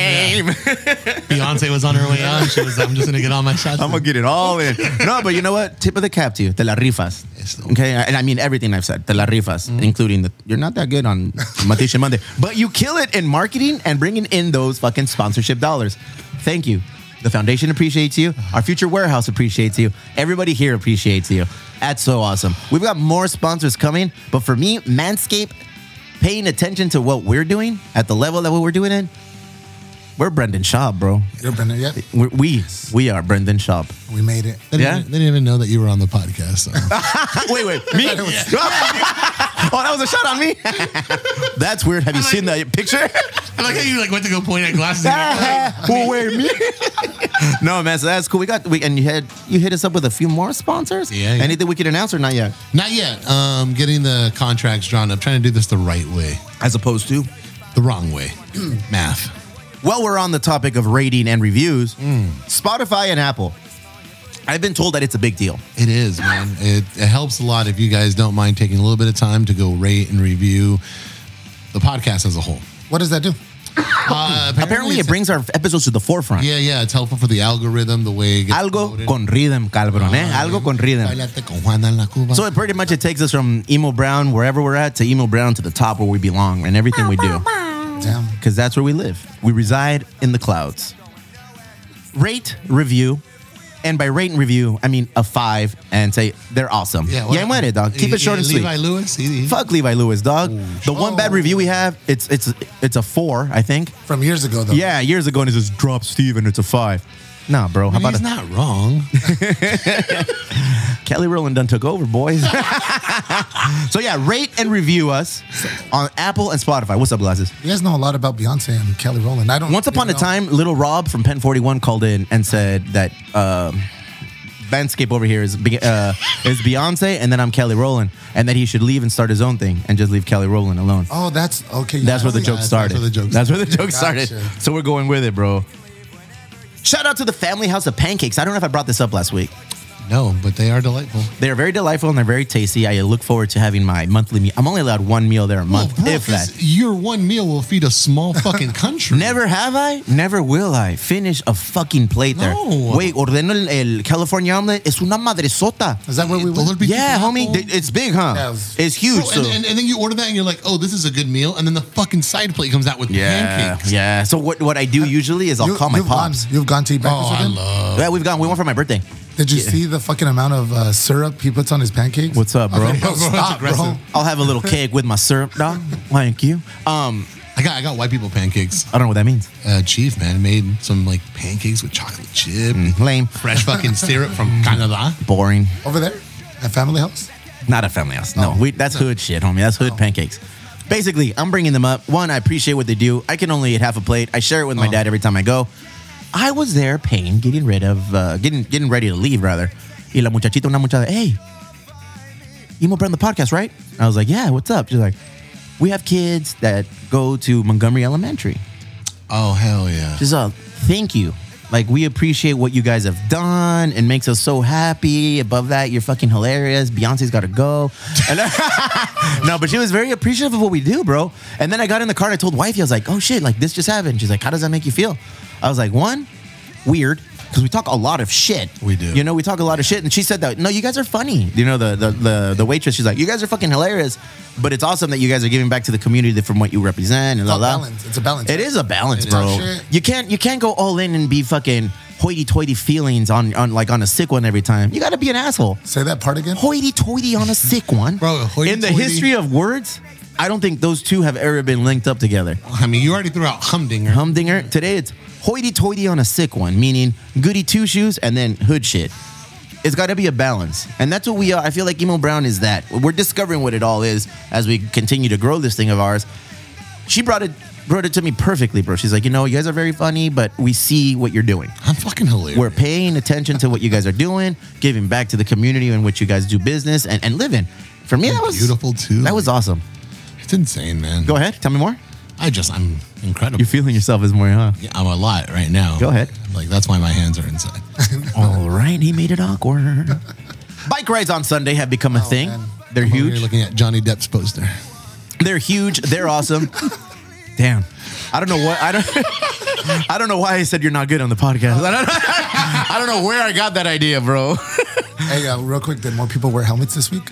C: name. (laughs)
D: that Beyonce was on her way out. She was, I'm just going to get all my shots.
C: I'm gonna get it all in. No, but you know what? Tip of the cap to you. Te la rifas.
D: Yes, though.
C: Okay, and I mean everything I've said. Te la rifas, including the. You're not that good on Motivation Monday, but you kill it in marketing and bringing in those fucking sponsorship dollars. Thank you. The foundation appreciates you. Our future warehouse appreciates you. Everybody here appreciates you. That's so awesome. We've got more sponsors coming, but for me, Manscaped, paying attention to what we're doing at the level that what we're doing in, we're Brendan Schaub, bro.
E: You're Brendan. Yeah,
C: We're, we we are Brendan Schaub.
E: we made it.
D: They didn't,
C: Yeah?
D: even, they didn't even know that you were on the podcast.
C: (laughs)
D: So.
C: wait, wait, (laughs) me? (laughs) oh, that was a shot on me. That's weird. Have you seen that picture?
D: I like how you like went to go point at glasses. (laughs)
C: Who wait, me? (laughs) no, man. So that's cool. We got we and you had you hit us up with a few more sponsors.
D: Yeah, yeah.
C: Anything we could announce or not yet?
D: Not yet. Um, getting the contracts drawn up. Trying to do this the right way,
C: As opposed to,
D: the wrong way. (clears throat) Math.
C: well, we're on the topic of rating and reviews. Spotify and Apple. I've been told that it's a big deal.
D: It is, man. It, it helps a lot if you guys don't mind taking a little bit of time to go rate and review the podcast as a whole.
E: What does that do?
D: Uh,
C: Apparently, it
D: it's-
C: brings our episodes to the forefront.
D: Yeah, yeah. It's helpful for the algorithm, the way it gets
C: Algo
D: promoted.
C: con rhythm, cabrón. Eh? Algo con rhythm.
D: Bailate con Juana en la Cuba.
C: So it pretty much it takes us from emo brown wherever we're at to emo brown to the top where we belong and everything we do
E: Damn.
C: because that's where we live. We reside in the clouds. Rate, review, and by rate and review, I mean a five and say they're awesome. Yeah,
D: what-
C: yeah, went it, dog. Keep it short and sweet.
D: Levi Lewis. He, he-
C: Fuck Levi Lewis, dog. The one bad review we have, it's it's it's a four, I think.
E: From years ago, though.
C: Yeah, years ago, and it says drop Steve and it's a five. Nah, bro. How
D: I mean,
C: about
D: he's
C: a,
D: not wrong. (laughs)
C: Kelly Rowland done took over, boys. (laughs) so yeah, rate and review us on Apple and Spotify. What's up, glasses?
E: You guys know a lot about Beyonce and Kelly Rowland. I don't.
C: Once upon a
E: even know-
C: time, little Rob from Pen Forty One called in and said that um, Manscaped over here is Be- uh, is Beyonce, and then I'm Kelly Rowland, and that he should leave and start his own thing and just leave Kelly Rowland alone.
E: Oh, that's okay. yeah,
C: That's where the
E: yeah,
C: joke
E: that's
C: started.
E: where the joke
C: That's where the
E: started.
C: joke started.
E: Gotcha.
C: So we're going with it, bro. Shout out to the Family House of Pancakes. I don't know if I brought this up last week.
D: no, but they are delightful.
C: They are very delightful and they're very tasty. I look forward to having my monthly meal. I'm only allowed one meal there a month,
D: Well, Oh, bro,
C: if that.
D: 'cause your one meal will feed a
C: (laughs)
D: small fucking country.
C: Never have I, never will I finish a fucking plate there.
D: No.
C: Wait, ordeno el, el California omelet. Es una madresota.
E: Is that where we
D: The
E: went?
D: little bit-
C: Yeah, homie,
D: Apple.
C: th- it's big, huh?
E: Yeah, it was-
C: It's huge. so.
D: Bro, and, and, and then you order that and you're like, oh, this is a good meal. And then the fucking side plate comes out with
C: yeah,
D: pancakes. Uh,
C: yeah. So what, what I do usually is I'll
E: You-
C: call my
E: you've gone-
C: pops. Uh,
E: You've gone to eat breakfast
D: Oh,
E: with
D: I
E: him?
D: love
C: Yeah, we've gone. We went for my birthday.
E: Did you see the fucking amount of uh, syrup he puts on his pancakes?
C: What's up,
D: (laughs)
C: bro?
E: Bro, stop, bro.
C: I'll have a little cake with my syrup, dog. Thank you. Um,
D: I got I got white people pancakes.
C: I don't know what that means.
D: Uh, Chief man made some like pancakes with chocolate chip,
C: Hmm, Lame,
D: fresh fucking syrup
C: (laughs)
D: from Canada.
C: boring.
E: Over there at family house.
C: Not a family house. No, Oh.
E: Oh.
C: we, that's hood shit, homie. That's hood pancakes. Oh. Basically, I'm bringing them up. One, I appreciate what they do. I can only eat half a plate. I share it with my dad every time I go. I was there, pain, getting rid of, uh, getting getting ready to leave rather. Y la muchachita, una muchacha, hey, Emo Brown the podcast, right? I was like, yeah, what's up? She's like, we have kids that go to Montgomery Elementary.
D: Oh hell yeah!
C: She's like, thank you. Like, we appreciate what you guys have done and makes us so happy. Above that, you're fucking hilarious. Beyonce's got to go. (laughs) And- no, but she was very appreciative of what we do, bro. And then I got in the car and I told wifey, I was like, oh shit, like this just happened. She's like, how does that make you feel? I was like, one, weird. Because we talk a lot of shit.
D: We do.
C: You know, we talk a lot of shit. And she said that, no, you guys are funny. You know, the, the, the, the waitress, she's like, you guys are fucking hilarious. But it's awesome that you guys are giving back to the community from what you represent. And
E: It's
C: blah,
E: a
C: blah.
E: balance. It's a balance.
C: It is a balance,
E: It is.
C: bro.
E: Talk shit.
C: You can't you can't go all in and be fucking hoity-toity feelings on, on like on a sick one every time. You got to be an asshole.
E: Say that part again.
C: Hoity-toity on a sick one,
D: Bro,
C: In the
D: hoity-toity-
C: history of words, I don't think those two have ever been linked up together.
D: I mean, you already threw out humdinger.
C: Humdinger. Today it's hoity-toity on a sick one, meaning goody two shoes and then hood shit. It's got to be a balance, and that's what we are. I feel like Emo Brown is that. We're discovering what it all is as we continue to grow this thing of ours she brought it brought it to me perfectly, bro. She's like, you know, you guys are very funny, but we see what you're doing.
D: I'm fucking hilarious.
C: We're paying attention to what you guys are doing, giving back to the community in which you guys do business and, and live in. For me, that was
D: Beautiful, too.
C: That was awesome.
D: it's insane, man.
C: Go ahead, tell me more.
D: I just I'm incredible.
C: You're feeling yourself as more, huh?
D: Yeah, I'm a lot right now.
C: Go ahead.
D: Like that's why my hands are inside. (laughs)
C: All right, he made it awkward. (laughs) Bike rides on Sunday have become a thing.
E: man.
C: They're
D: Oh, I'm over here
C: huge.
D: looking at Johnny Depp's poster.
C: They're huge. They're
D: (laughs)
C: awesome. Damn. I don't know what I don't (laughs) I don't know why I said you're not good on the podcast. I don't, (laughs) I don't know where I got that idea, bro.
E: Hey, uh, real quick, did more people wear helmets this week?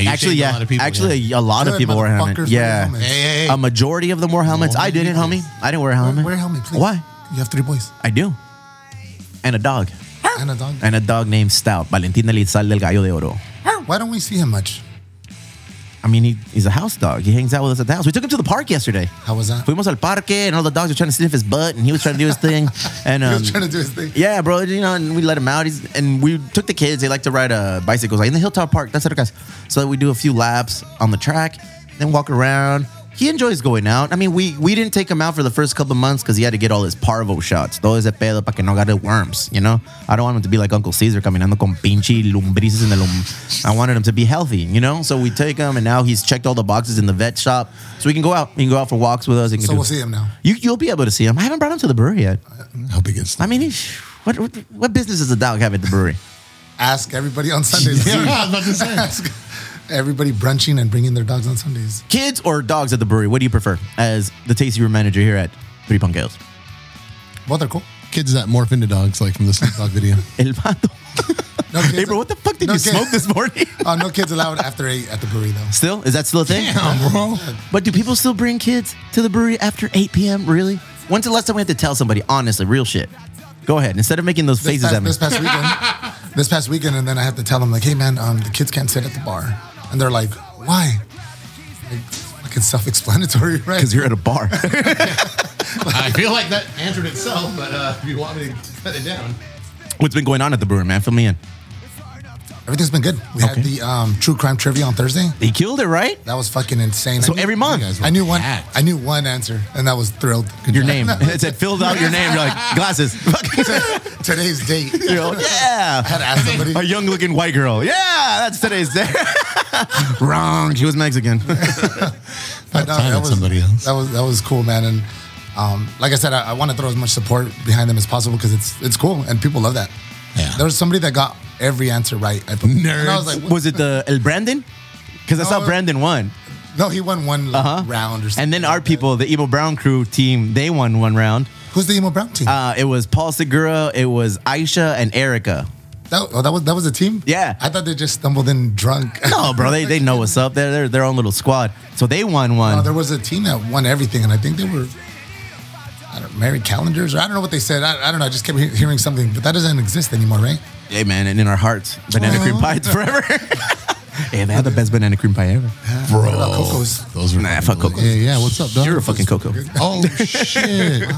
C: (laughs)
D: you
C: actually,
D: shaved
C: yeah.
D: A lot of people,
C: actually,
D: yeah.
C: a lot of
E: Good
C: people wear
E: motherfuckers
C: helmets.
E: wear
C: Yeah.
E: helmets.
D: Hey, hey, hey.
C: A majority of them wore helmets. I didn't, homie. I didn't wear a helmet.
E: Wear, wear a helmet, please.
C: Why?
E: You have three boys
C: I do. And a dog.
E: and a dog.
C: And a dog named Stout, Valentín Elizalde del Gallo de Oro.
E: Why don't we see him much?
C: I mean, he, he's a house dog. He hangs out with us at the house. We took him to the park yesterday.
E: How was that?
C: Fuimos al parque, and all the dogs were trying to sniff his butt, and he was trying to do his
E: (laughs)
C: thing. And um,
E: he was trying to do his
C: (laughs)
E: thing.
C: Yeah, bro. You know, and we let him out. He's, and we took the kids. They like to ride uh, bicycles, like in the Hilltop Park. That's it, guys. So we do a few laps on the track, then walk around. He enjoys going out. I mean, we we didn't take him out for the first couple of months because he had to get all his parvo shots. Todo ese pedo para que no agarre worms, you know? I don't want him to be like Uncle Caesar caminando con pinche lombrices in the lum. I wanted him to be healthy, you know? So we take him, and now he's checked all the boxes in the vet shop. So we can go out. He can go out for walks with us. He can
E: So
C: do-
E: we'll see him now.
C: You, you'll be able to see him. I haven't brought him to the brewery yet.
D: I hope he gets.
C: I mean, he's- what, what what business does a dog have at the brewery?
E: Ask everybody on
D: (laughs)
E: Sundays.
D: Yeah, I was about to say.
E: (laughs) Ask everybody brunching and bringing their dogs on Sundays.
C: Kids or dogs at the brewery? What do you prefer as the tasty room manager here at Three Punk Ales?
E: Both are cool.
D: kids that morph into dogs, like from the Snoop Dogg video.
C: El Pato.
E: No kids.
C: Hey, bro, what the fuck did
E: No
C: you
E: kids.
C: smoke this
E: (laughs)
C: morning?
E: Oh, no kids allowed after eight at the brewery
C: (laughs)
E: though.
C: still? Is that still a thing?
D: Damn, bro.
C: But do people still bring kids to the brewery after 8 p.m.? Really? When's the last time we had to tell somebody, honestly, real shit? Go ahead. Instead of making those
E: This
C: faces
E: past,
C: at me.
E: this past weekend, this past weekend, and then I have to tell them like, "Hey, man, um, the kids can't sit at the bar," and they're like, "Why?" Like, fucking self-explanatory, (laughs) right?
C: Because you're at a bar.
D: (laughs)
C: (laughs)
D: I feel like that answered itself, but uh, if you want me to cut it down,
C: What's been going on at the brewery, man? Fill me in.
E: Everything's been good. We
C: Okay.
E: had the um, true crime trivia on Thursday.
C: He killed it, right?
E: That was fucking insane.
C: So
E: I knew-
C: every month.
E: I knew one.
D: packed.
E: I knew one answer, and I was thrilled. (laughs)
C: Your name. It said filled out your name. You're like, glasses. (laughs)
E: (laughs) Today's date.
C: You know, yeah.
E: I had to ask somebody.
C: A young looking white girl. Yeah, that's today's day. (laughs) Wrong. She was Mexican.
E: But no,
D: time
E: that
D: at
E: was-
D: somebody else.
E: That was that was cool, man. And um, like I said, I, I want to throw as much support behind them as possible because it's it's cool and people love that.
D: Yeah.
E: There was somebody that got every answer right.
C: (laughs)
E: At the, And I was
D: Nerds.
E: like, what?
C: was it the El Brandon? Because I saw
E: No.
C: Brandon won.
E: no, he won one like,
C: Huh?
E: round or something.
C: Uh-huh. And then our
E: like that.
C: people, the Evil Brown crew team, they won one round.
E: Who's the emo brown team?
C: Uh, it was Paul Segura, it was Aisha, and Erica.
E: that, oh, that was that was a team.
C: Yeah.
E: I thought they just stumbled in drunk.
C: (laughs) No, bro, they, they know what's up. They're, they're their own little squad. So they won
E: No,
C: one.
E: (laughs) there was a team that won everything, and I think they were. I don't married calendars, or I don't know what they said. I, I don't know. I just kept he- hearing something, but that doesn't exist anymore, right?
C: Hey, man, and in our hearts, banana cream pie it's forever. (laughs) hey, they had the best banana cream pie ever.
D: bro.
E: about Cocos?
D: Those are
C: Nah,
D: fucking
C: fuck
D: delicious.
C: Cocos.
D: Yeah, yeah. What's up, dog?
C: You're a fucking Coco. (laughs)
D: Oh shit.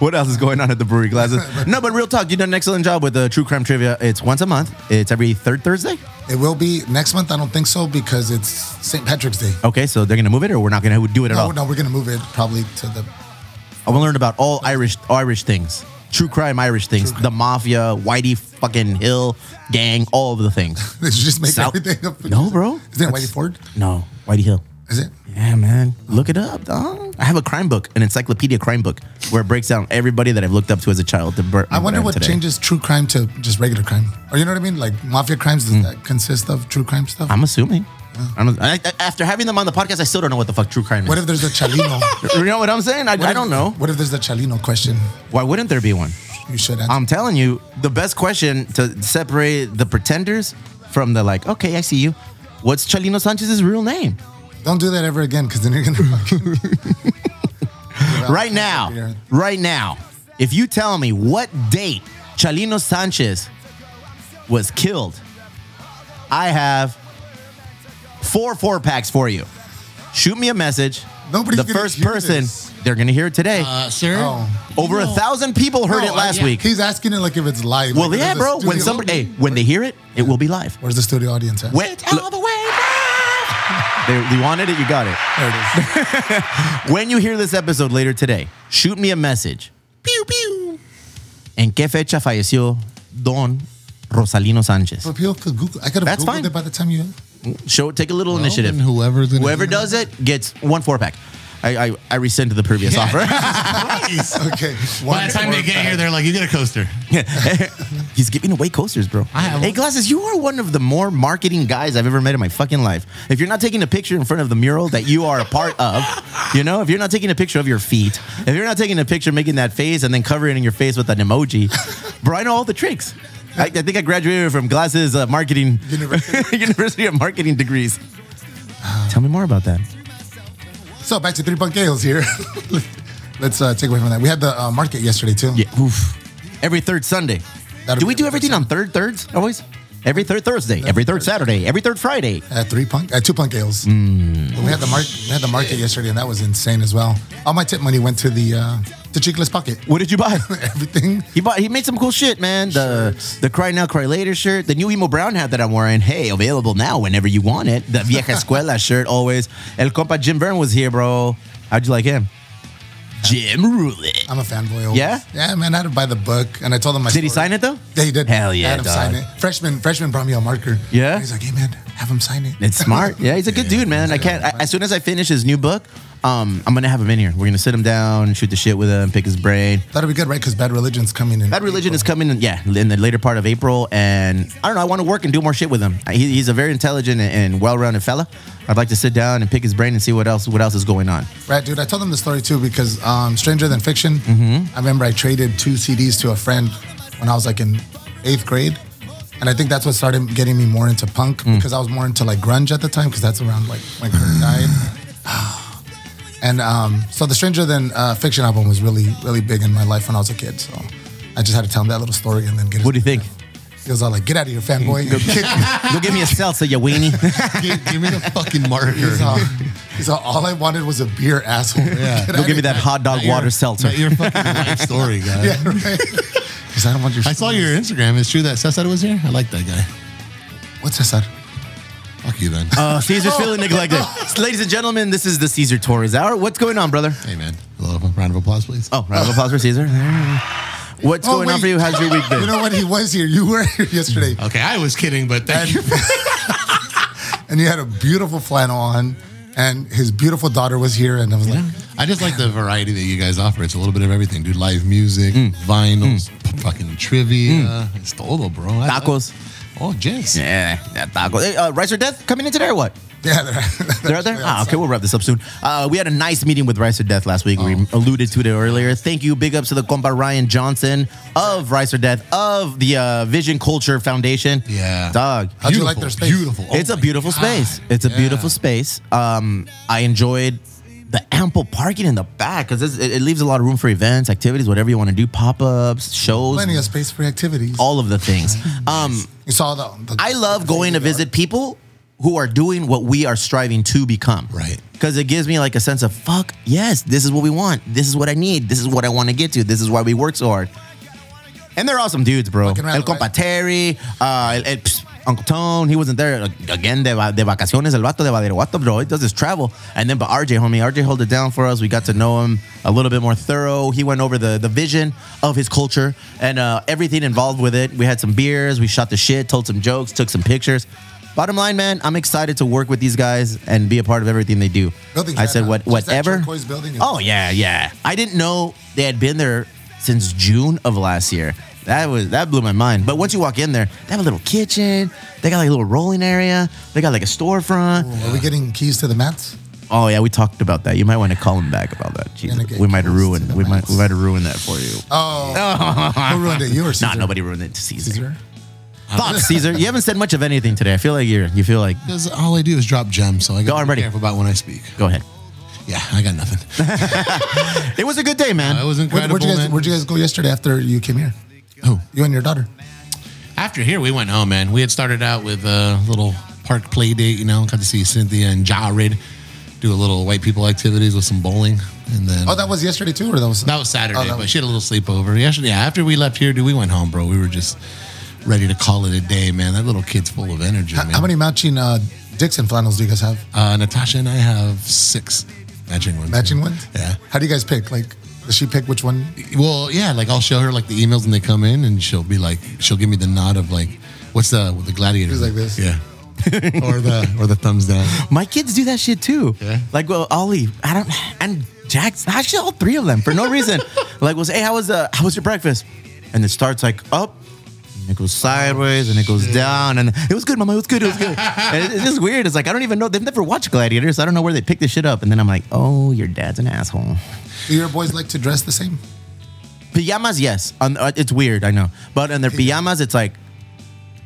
C: What else is going on at the brewery glasses?
E: (laughs)
C: no, but real talk, you done an excellent job with the true crime trivia. It's once a month. It's every third Thursday.
E: It will be next month. I don't think so because it's St. Patrick's Day.
C: Okay, so they're gonna move it, or we're not gonna do it at
E: No,
C: all.
E: no, we're gonna move it probably to the. (laughs)
C: I want to learn about all Irish Irish things. true crime Irish things, the mafia, Whitey fucking Hill gang, all of the
E: (laughs)
C: things.
E: They should just make
C: South-
E: everything up.
C: No, bro.
E: Is that
C: That's-
E: Whitey Ford?
C: No, Whitey Hill.
E: Is it?
C: Yeah, man. Look it up, dog. I have a crime book, an encyclopedia crime book, where it breaks down everybody that I've looked up to as a child. to bur-
E: I wonder
C: am
E: what
C: today.
E: changes true crime to just regular crime. Or you know what I mean? Like mafia crimes, does that consist of true crime stuff?
C: Hmm. I'm assuming. I'm, I, I- after having them on the podcast, I still don't know what the fuck true crime is.
E: what if there's a Chalino? What
C: you know what I'm saying? I, (laughs) I
E: if-
C: don't know.
E: What if there's a Chalino question?
C: Why wouldn't there be one?
E: You should answer.
C: I'm telling you, the best question to separate the pretenders from the like, okay, I see you. What's Chalino Sanchez's real name?
E: Don't do that ever again, because then you're gonna.
C: (laughs)
E: fucking-
C: Right
E: (laughs)
C: now, right now, if you tell me what date Chalino Sanchez was killed, I have four four packs for you. Shoot me a message.
E: Nobody's
C: the
E: gonna
C: first
E: hear
C: person,
E: this.
C: they're gonna hear it today.
F: Uh, sir,
E: Oh.
C: Over a
F: know-
C: thousand people heard
E: No,
C: it
E: I-
C: last
F: yeah.
C: week.
E: He's asking it like if it's live.
C: Well,
E: Like,
C: yeah,
E: there's a
C: bro. When
E: studio-
C: somebody, hey, when they hear it, it will be live.
E: Where's the studio audience at?
C: When, all the way (laughs) they, you wanted it, you got it.
E: There it is.
C: When you hear this episode later today, shoot me a message. Pew pew. ¿En qué fecha falleció Don Rosalino Sánchez?
E: But people could Google. I could have
C: That's
E: Googled
C: fine.
E: it by the time you. Oh,
C: Show, take a little initiative.
D: then whoever's gonna
C: whoever
D: do it.
C: does it gets one four pack. I, I, I rescind the previous offer. (laughs)
E: (laughs) Okay.
F: by the time they get here, they're like, "You get a coaster."
C: He's giving away coasters, bro.
F: I have
C: hey,
F: one.
C: glasses, you are one of the more marketing guys I've ever met in my fucking life. If you're not taking a picture in front of the mural that you are a part of, you know, if you're not taking a picture of your feet, if you're not taking a picture making that face and then covering your face with an emoji, bro, I know all the tricks. I, I think I graduated from glasses uh, marketing (laughs)
E: University.
C: University of marketing degrees. Tell me more about that.
E: So back to three punk gales here. (laughs) Let's uh, take away from that. We had the uh, market yesterday too.
C: Yeah, oof. Every third Sunday.
E: That'll
C: do
E: be
C: we do
E: every
C: everything on third thirds always? Every third Thursday, every third Saturday, every third Friday.
E: At three punk, at two punk ales.
C: Mm.
E: And we had the mark, we had the market yesterday, and that was insane as well. All my tip money went to the uh, to Chicla's pocket. (laughs)
C: What did you buy?
E: Everything.
C: (laughs) He bought. He made some cool shit, man. The the cry now, cry later shirt. The new emo brown hat that I'm wearing. Hey, available now whenever you want it. The (laughs) vieja escuela shirt always. El compa Jim Byrne was here, bro. How'd you like him? Jim Roulette.
E: I'm a fanboy. Always.
C: Yeah?
E: Yeah, man. I had to buy the book, and I told him my.
C: Did he
E: story.
C: sign it though?
E: Yeah, he did.
C: Hell yeah,
E: I had him
C: dog.
E: sign it. Freshman, freshman brought me a marker.
C: Yeah?
E: he's like, hey man, have him sign it.
C: It's
E: (laughs)
C: smart. (laughs) Yeah, he's a good dude, man. I can't. I, as soon as I finish his new book, um, I'm gonna have him in here. We're gonna sit him down, shoot the shit with him, pick his brain.
E: That'll be good, right? Because bad religion's coming in.
C: Bad Religion is coming, in, yeah, in the later part of April, and I don't know. I want to work and do more shit with him. He, he's a very intelligent and, and well-rounded fella. I'd like to sit down and pick his brain and see what else what else is going on.
E: Right, dude. I told them the story too because um, Stranger Than Fiction.
C: Mm-hmm.
E: I remember I traded two CDs to a friend when I was like in eighth grade, and I think that's what started getting me more into punk
C: Mm.
E: because I was more into like grunge at the time because that's around like my girl
C: (sighs)
E: died. And um, so the Stranger Than uh, Fiction album was really, really big in my life when I was a kid. So I just had to tell him that little story and then get. his-
C: What do you think?
E: He was all like, "Get out of
C: (laughs)
E: here, fanboy!" (laughs)
C: Go give me a salsa, you weenie.
D: give, give me the fucking marker.
E: he's, all, he's all, "All I wanted was a beer, asshole."
D: Yeah.
E: (laughs) Get
C: Go
E: out
C: give me
E: of
C: that hot dog water seltzer.
D: Not (laughs) your fucking life story, guy.
E: here." (laughs) Right? Because I don't want your.
D: I saw your Instagram. It's true that Cesar was here. I like that guy.
E: What's this? Ed?
D: Fuck you then.
C: Uh, Caesar's feeling neglected. Ladies and gentlemen, this is the Caesar Torres Hour. What's going on, brother?
D: hey man, a little round of applause, please.
C: Oh, round of applause for Caesar. What's
E: Oh,
C: going on
E: wait.
C: for you? How's your
E: (laughs)
C: week been?
E: You know what? He was here. You were here yesterday,
D: Okay, I was kidding, but thank you.
E: and you had a beautiful flannel on, and his beautiful daughter was here, and I was like,
D: I just like the variety that you guys offer. It's a little bit of everything, dude. Live music,
C: Mm.
D: vinyls, p- fucking trivia. It's todo, bro. I love-
C: Tacos.
D: Oh, yes.
C: yeah, that taco. Hey, uh, Rice or Death coming in today or what?
E: "Yeah, they're, (laughs)
C: They're out there? Ah, okay, we'll wrap this up soon. Uh, we had a nice meeting with Rice or Death last week. We
E: Oh.
C: alluded to it earlier. Thank you. Big ups to the compa Ryan Johnson of Rice or Death, of the uh, Vision Culture Foundation.
D: Yeah.
C: Dog.
E: How'd you like their space?
D: Beautiful. Oh
C: it's a
D: my
C: beautiful
D: God.
C: space. It's a
D: Yeah.
C: beautiful space. Um, I enjoyed the ample parking in the back because it, it leaves a lot of room for events, activities, whatever you want to do, pop ups, shows,
E: Plenty of space for activities.
C: all of the
E: (laughs)
C: things. Um,
E: you saw the. the
C: I love going to visit people who are doing what we are striving to become.
D: Right.
C: Because it gives me like a sense of fuck, yes, this is what we want. This is what I need. This is what I want to get to. This is why we work so hard. And they're awesome dudes, bro.
E: Fucking right,
C: El Compa
E: right?
C: Terry, uh, El, El- pss, Uncle Tone, he wasn't there like, again. De, va- de vacaciones, el vato de Badiraguato, bro. He does his travel, and then but RJ, homie, RJ held it down for us. We got to know him a little bit more thorough. He went over the the vision of his culture and uh, everything involved with it. We had some beers, we shot the shit, told some jokes, took some pictures. Bottom line, man, I'm excited to work with these guys and be a part of everything they do.
E: Building's
C: I
E: right
C: said
E: now.
C: what,
E: Just that
C: whatever.
E: turquoise building is-
C: Oh yeah, yeah. I didn't know they had been there since June of last year. That was that blew my mind. But once you walk in there, they have a little kitchen. They got like a little rolling area. They got like a storefront.
E: Are we getting keys to the mats?
C: Oh yeah, we talked about that. You might want to call him back about that. Jesus,
E: Gonna get
C: we might have
E: close
C: ruined.
E: to the
C: We might
E: mats.
C: we might have ruined that for you.
E: Who ruined it? You or Caesar?
C: Not nobody ruined it. Caesar.
E: Caesar?
C: Thoughts, Caesar. You haven't said much of anything today. I feel like you're. You feel like.
D: Because all I do is drop gems, so I
C: Go on,
D: got to be
C: ready.
D: careful about when I speak.
C: Go ahead.
D: Yeah, I got
C: (laughs)
D: nothing.
C: It was a good day, man.
D: That was
E: Where,
D: incredible.
E: would you guys,
D: man.
E: where'd you guys go yesterday after you came here?
D: Who?
E: You and your daughter.
D: After here, we went home, man. We had started out with a little park play date, you know, got to see Cynthia and Jared do a little white people activities with some bowling. And then
E: Oh, that was yesterday too, or that was
D: that was Saturday,
E: Oh, that
D: but
E: was-
D: she had a little sleepover. Yesterday, yeah, after we left here, dude, we went home, bro. We were just ready to call it a day, man. That little kid's full of energy,
E: How,
D: man.
E: how many matching uh, Dixon flannels do you guys have?
D: Uh, Natasha and I have six matching ones.
E: Matching ones?
D: Yeah.
E: How do you guys pick? Like, does she pick which one?
D: Well, yeah, like I'll show her like the emails when they come in, and she'll be like, she'll give me the nod of like, what's the the gladiator?
E: She's like this. (laughs)
D: yeah, or the or the thumbs down.
C: My kids do that shit too.
D: Yeah.
C: Like, well, Ollie, I don't, and Jack's actually all three of them for no reason. like, was hey, how was uh, how was your breakfast? And it starts like up, and it goes sideways, and it goes down, and it was good, mama. It was good. It was good. and it- it's just weird. It's like I don't even know. They've never watched Gladiators. I don't know where they picked this shit up. And then I'm like, oh, your dad's an asshole.
E: Do your boys like to dress the same?
C: Pijamas, yes. On, uh, it's weird, I know. But on their pijamas, it's like,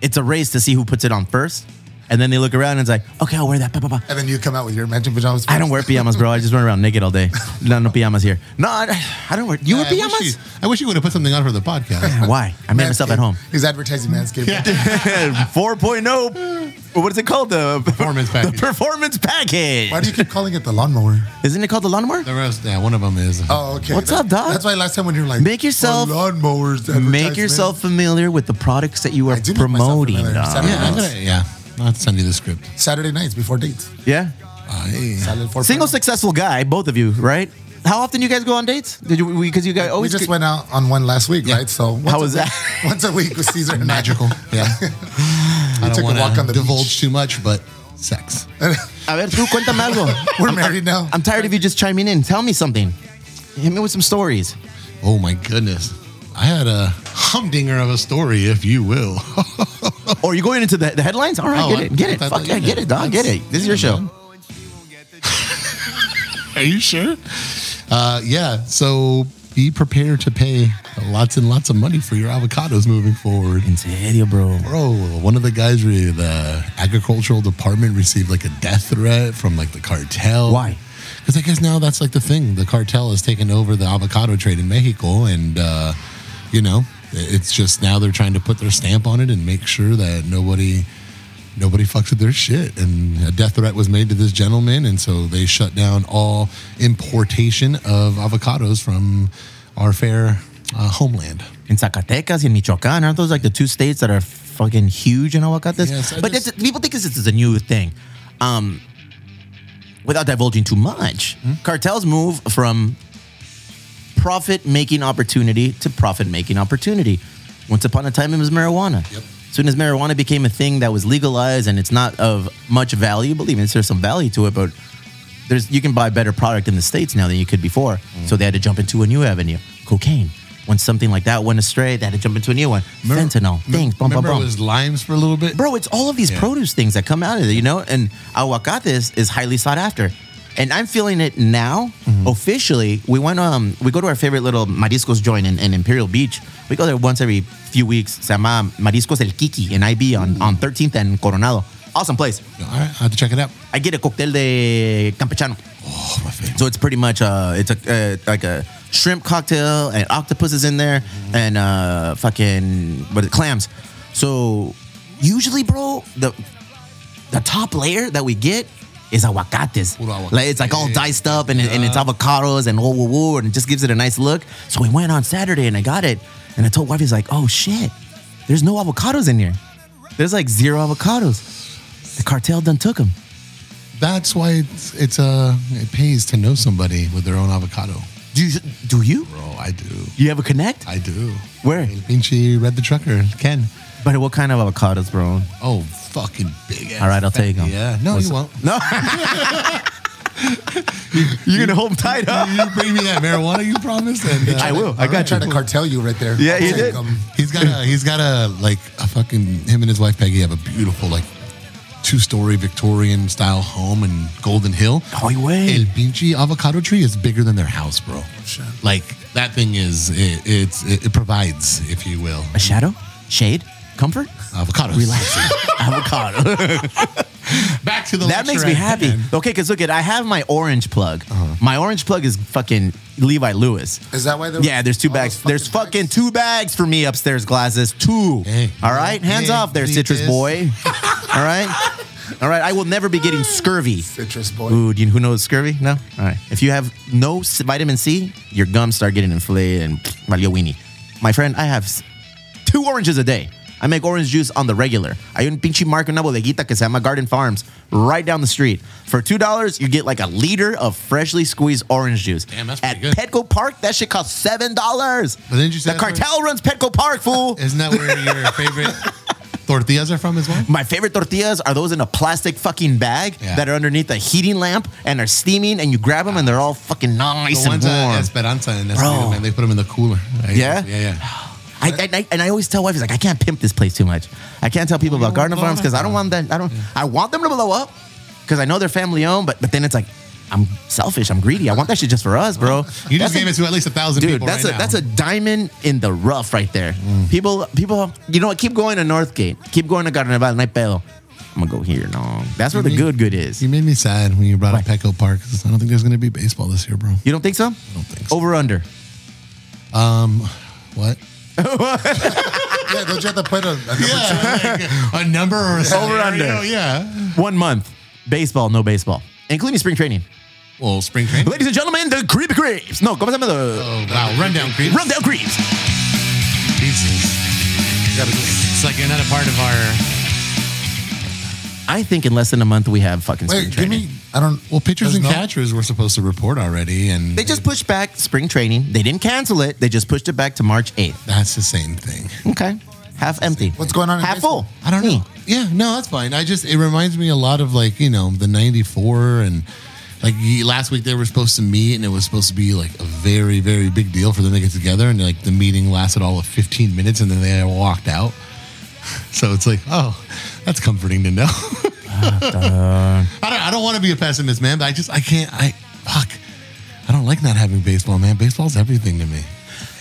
C: it's a race to see who puts it on first. And then they look around and it's like, okay, I'll wear that. Bah, bah, bah.
E: And then you come out with your matching pajamas.
C: I don't wear pajamas,
E: (laughs)
C: bro. I just run around naked all day. No, no pajamas here. No, I, I don't wear. You wear
D: I wish
C: pajamas?
D: you- I wish you would have put something on for the podcast.
C: Why? I made myself at home. (laughs)
E: He's advertising Manscaped.
C: 4.0. oh. What is it called?
E: (laughs)
C: The
D: Performance
C: (laughs) The
D: package.
C: performance package.
E: (laughs) Why do you keep calling it the lawnmower?
C: Isn't it called the lawnmower?
D: the rest, yeah, one of them is.
E: Oh, okay.
C: What's up, dog?
E: That's why last time when you were like,
C: Make yourself-
E: "Oh, lawnmowers.
C: Make
E: advertisement."
C: yourself familiar with the products that you are
E: I do make myself
C: promoting. Ah.
E: familiar.
C: dog.
E: Saturday
D: yeah, I'm
E: nights.
D: gonna, yeah. I'll send you the script.
E: Saturday nights before dates.
C: Yeah.
E: Saturday before-
C: Single successful guy, both of you, right? How often you guys go on dates? Did you? Because you guys
E: We
C: always.
E: just went out on one last week, right? So once
C: How
E: a
C: was
E: week- (laughs)
C: that?
E: Once a week with Caesar and
D: Magical. Yeah.
E: (laughs)
D: I
E: took a
D: don't want
E: walk on the
D: to divulge
E: beach.
D: too much, but sex.
C: A ver, tú cuéntame algo.
E: (laughs) We're married now.
C: I'm tired of you just chiming in. Tell me something. Hit me with some stories.
D: (laughs) Oh my goodness. I had a humdinger of a story, if you will. (laughs)
C: Or you Oh, going into the, the headlines? All right,
D: Oh,
C: get
D: I-
C: it, get it,
D: I thought
C: fuck
D: you
C: yeah,
D: did.
C: get it, dog, get
D: That's-
C: it. This is your
D: yeah,
C: show.
D: man. Are you sure? Uh, yeah. So be prepared to pay lots and lots of money for your avocados moving forward.
C: Serio, bro.
D: Bro, one of the guys with the agricultural department received like a death threat from like the cartel.
C: Why?
D: Because I guess now that's like the thing. The cartel has taken over the avocado trade in Mexico, and uh, you know, it's just now they're trying to put their stamp on it and make sure that nobody nobody fucks with their shit. And a death threat was made to this gentleman, and so they shut down all importation of avocados from our fair uh, homeland.
C: In Zacatecas, in Michoacan, aren't those like the two states that are fucking huge in avocados?
D: Yes, I
C: but
D: just-
C: it's- people think this is a new thing. Um, without divulging too much,
D: Hmm?
C: cartels move from profit making opportunity to profit making opportunity. Once upon a time, it was marijuana. Yep. Soon as marijuana became a thing that was legalized and it's not of much value, believe me, there's some value to it, but there's you can buy better product in the states now than you could before.
D: Mm.
C: So they had to jump into a new avenue, cocaine. When something like that went astray, they had to jump into a new one, fentanyl, things, bum bum
D: Remember
C: bum.
D: it was limes for a little bit?
C: Bro, it's all of these
D: Yeah.
C: produce things that come out of it, you know? And aguacates is highly sought after. And I'm feeling it now officially. We went um we go to our favorite little mariscos joint in, in Imperial Beach. We go there once every few weeks. Se llama Mariscos El Kiki in IB on, on 13th and Coronado. Awesome place.
D: All right, I'll have to check it out.
C: I get a cocktail de campechano.
D: Oh, my favorite.
C: So it's pretty much uh, it's a uh, like a shrimp cocktail and octopus is in there and uh, fucking what is it, clams. So usually, bro, the the top layer that we get is aguacates.
D: Puro aguacate.
C: Like it's like all diced up and, it- and it's avocados and whoa whoa whoa and it just gives it a nice look. So we went on Saturday and I got it and I told wife he's like, oh shit, there's no avocados in here. There's like zero avocados. The cartel done took them.
D: That's why it's it's uh it pays to know somebody with their own avocado.
C: Do you? Do you?
D: Bro, I do.
C: You have a connect?
D: I do.
C: Where?
D: Pinchy Red the Trucker, Ken.
C: But what kind of avocados, bro?
D: Oh, fucking big ass.
C: All right, I'll take them.
D: Yeah. No, you won't.
C: No. You're gonna hold them tight, huh?
D: you bring me that marijuana you promised, and uh,
C: I will. I
E: I got
C: got you.
E: trying to cartel you right there.
C: Yeah, you
E: Take
C: did.
E: 'em.
D: He's got a he's got a like a fucking him and his wife Peggy have a beautiful like two story Victorian style home in Golden Hill.
C: Oh, way.
D: El Pinchi avocado tree is bigger than their house, bro.
E: Sure.
D: Like that thing is it, it's it, it provides, if you will,
C: A shadow, shade, (laughs) comfort,
D: avocados.
C: relaxing avocado.
D: (laughs) Back to the
C: that
D: lecture
C: makes me
D: at
C: happy. Uh-huh.
D: hand.
C: Okay, because look at I have my orange plug. My orange plug is fucking Levi Lewis.
E: Is that why there
C: Yeah, there's two
E: all
C: bags.
E: those
C: there's fucking two bags for me upstairs, glasses. Two.
D: Hey.
C: All right, hands
D: Hey,
C: off there,
D: leave
C: citrus (laughs)
D: this.
C: boy. All right, all right. I will never be getting scurvy.
E: Citrus boy.
C: Ooh, do you, who knows scurvy? No. All right. If you have no s- vitamin C, your gums start getting inflated and (sniffs) valio weenie. My friend, I have s- two oranges a day. I make orange juice on the regular. Hay un pinche marco una bodeguita que se llama Garden Farms right down the street. For $2, you get like a liter of freshly squeezed orange juice.
D: Damn, that's
C: At
D: pretty good.
C: Petco Park, that shit costs $7.
D: But didn't you say
C: the
D: that's where-
C: cartel runs Petco Park,
D: (laughs)
C: fool.
D: Isn't that where your
C: (laughs)
D: favorite tortillas are from as well?
C: My favorite tortillas are those in a plastic fucking bag
D: Yeah.
C: that are underneath a heating lamp and are steaming, and you grab them and they're all fucking nice
D: The
C: and
D: ones
C: warm.
D: at Esperanza and
C: Bro.
D: Escondido, man, they put them in the cooler. I-
C: Yeah?
D: yeah, yeah.
C: I, and, I, and I always tell wife, he's like, I can't pimp this place too much. I can't tell people about
D: don't
C: Garden
D: Oh, blow
C: Farms because I don't want that. I don't. I want them to blow up because I know they're family owned. But but then it's like, I'm selfish. I'm greedy. I want that shit just for us, bro.
D: You just
C: That's a-
D: gave it to at least a thousand
C: dude.
D: people.
C: That's
D: right
C: a
D: now. Mm.
C: that's a diamond in the rough right there. People people, you know what? Keep going to Northgate. Keep going to Carnaval. No hay pedo. I'm gonna go here. No, that's where the
D: Mm-hmm.
C: good good is.
D: You made me sad when you brought up Petco Park. 'cause I don't think there's going to be baseball this year, bro.
C: You don't think so?
D: don't think so.
C: Over under.
D: What?
E: Yeah, don't you have to put a, a
D: Yeah, a number or a
C: Over under.
D: Yeah.
C: One month. Baseball, no baseball, including spring training.
D: Well, spring training.
C: Ladies and gentlemen, the Creepy Creeps. No, come on, the
D: Oh wow, rundown creep.
C: Rundown Creeps.
D: Jesus. It's like you're not a part of our.
C: I think in less than a month we have fucking spring
E: Wait, give
C: training.
E: me. I don't.
D: Well, pitchers
E: There's
D: and
E: no-
D: catchers were supposed to report already, and
C: They just pushed back spring training. They didn't cancel it. They just pushed it back to March 8th.
D: that's the same thing.
C: Okay. Half empty.
E: What's going on in
C: Half
E: baseball?
C: full.
D: I don't know. Yeah, no, that's fine. I just it reminds me a lot of like you know the '94 and like y- last week they were supposed to meet and it was supposed to be like a very very big deal for them to get together and like the meeting lasted all of 15 minutes and then they walked out. (laughs) So it's like, oh, that's comforting to know. (laughs) I don't, I don't want to be a pessimist, man, but I just I can't. I fuck. I don't like not having baseball, man. Baseball's everything to me.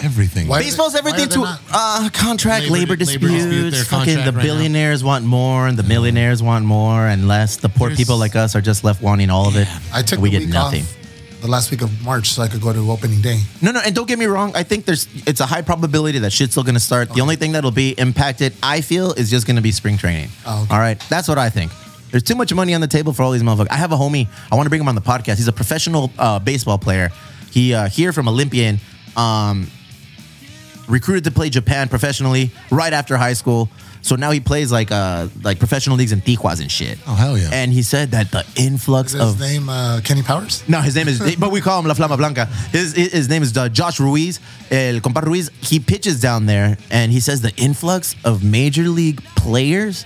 D: Everything.
E: Why-
C: Baseball's
E: Why are
C: everything
E: they
C: to
E: not-
C: uh, contract, labor,
D: Labor-
C: disputes.
D: labor dispute, their
C: fucking
D: contract
C: the
D: right now.
C: billionaires want more and the millionaires want more and less. The poor
D: There's-
C: people like us are just left wanting all of it.
E: I took
C: and we
E: the
C: get
E: week
C: nothing.
E: off the last week of March so I could go to opening day.
C: No, no, and don't get me wrong. I think there's it's a high probability that shit's still gonna start. The only thing that'll be impacted, I feel, is just gonna be spring training.
E: Oh, okay.
C: All right, that's what I think. There's too much money on the table for all these motherfuckers. I have a homie. I want to bring him on the podcast. He's a professional uh, baseball player. He uh, here from Olympian. Um, recruited to play Japan professionally right after high school. So now he plays like uh like professional leagues in Tijuas and shit.
D: Oh, hell yeah.
C: And he said that the influx
E: Is his
C: of
E: name uh, Kenny Powers?
C: no, his name is, but we call him La Flama Blanca. His his name is uh, Josh Ruiz. El compa Ruiz. He pitches down there, and he says the influx of major league players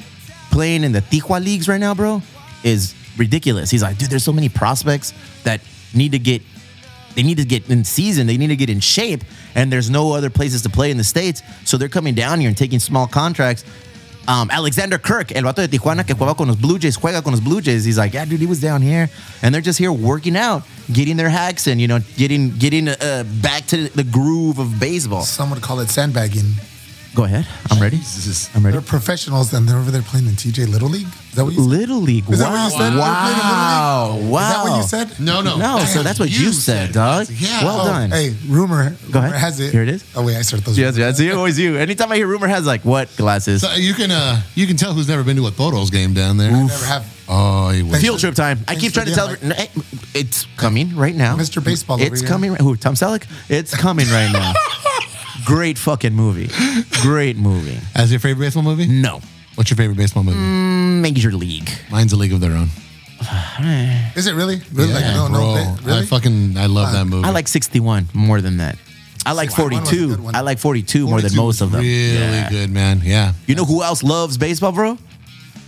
C: playing in the Tijuana leagues right now, bro, is ridiculous. He's like, dude, there's so many prospects that need to get, they need to get in season, they need to get in shape, and there's no other places to play in the states, so they're coming down here and taking small contracts. Um, Alexander Kirk, el vato de Tijuana que juega con los Blue Jays, juega con los Blue Jays. He's like, yeah, dude, he was down here, and they're just here working out, getting their hacks in, you know, getting getting uh, back to the groove of baseball.
E: Some would call it sandbagging.
C: Go ahead, I'm ready.
D: Jesus.
C: I'm ready.
E: They're professionals and they're over there playing in TJ Little League. Is that what you said?
C: Little League.
E: Is that
C: wow.
E: what you said?
C: Wow.
E: Little League?
C: Wow.
E: Is that what you said?
D: No, no.
C: No, so
D: Damn,
C: that's what you, said, dog.
D: Yeah.
C: Well
E: Oh,
C: done.
E: Hey, rumor.
C: Go
E: rumor
C: ahead.
E: Has it?
C: Here it is.
E: Oh wait, I started those.
C: Yes, yes. It's always you. Anytime I hear rumor has like what glasses?
D: So you can uh, you can tell who's never been to a Toros game down there.
E: I never have.
D: Oh, he was.
C: Field trip time. I keep
E: Thanks for
C: trying to tell her
E: the
C: N- it's coming right now.
E: Mr. Baseball over
C: It's
E: here.
C: coming. Right, who? Tom Selleck. It's coming right now. Great fucking movie. Great movie.
D: As your favorite baseball movie?
C: No.
D: What's your favorite baseball movie?
C: Mm. Major League.
D: Mine's A League of Their Own.
E: Is it really? Really? like, no, no,
D: bro.
E: ba- really?
D: I fucking I love that movie.
C: I like 61 more than that. I like
E: 61 was a
C: 42.
E: good one.
C: I like 42 more than
D: 42
C: most of them.
D: Really
C: Yeah.
D: good, man. Yeah,
C: You know who else loves baseball, bro?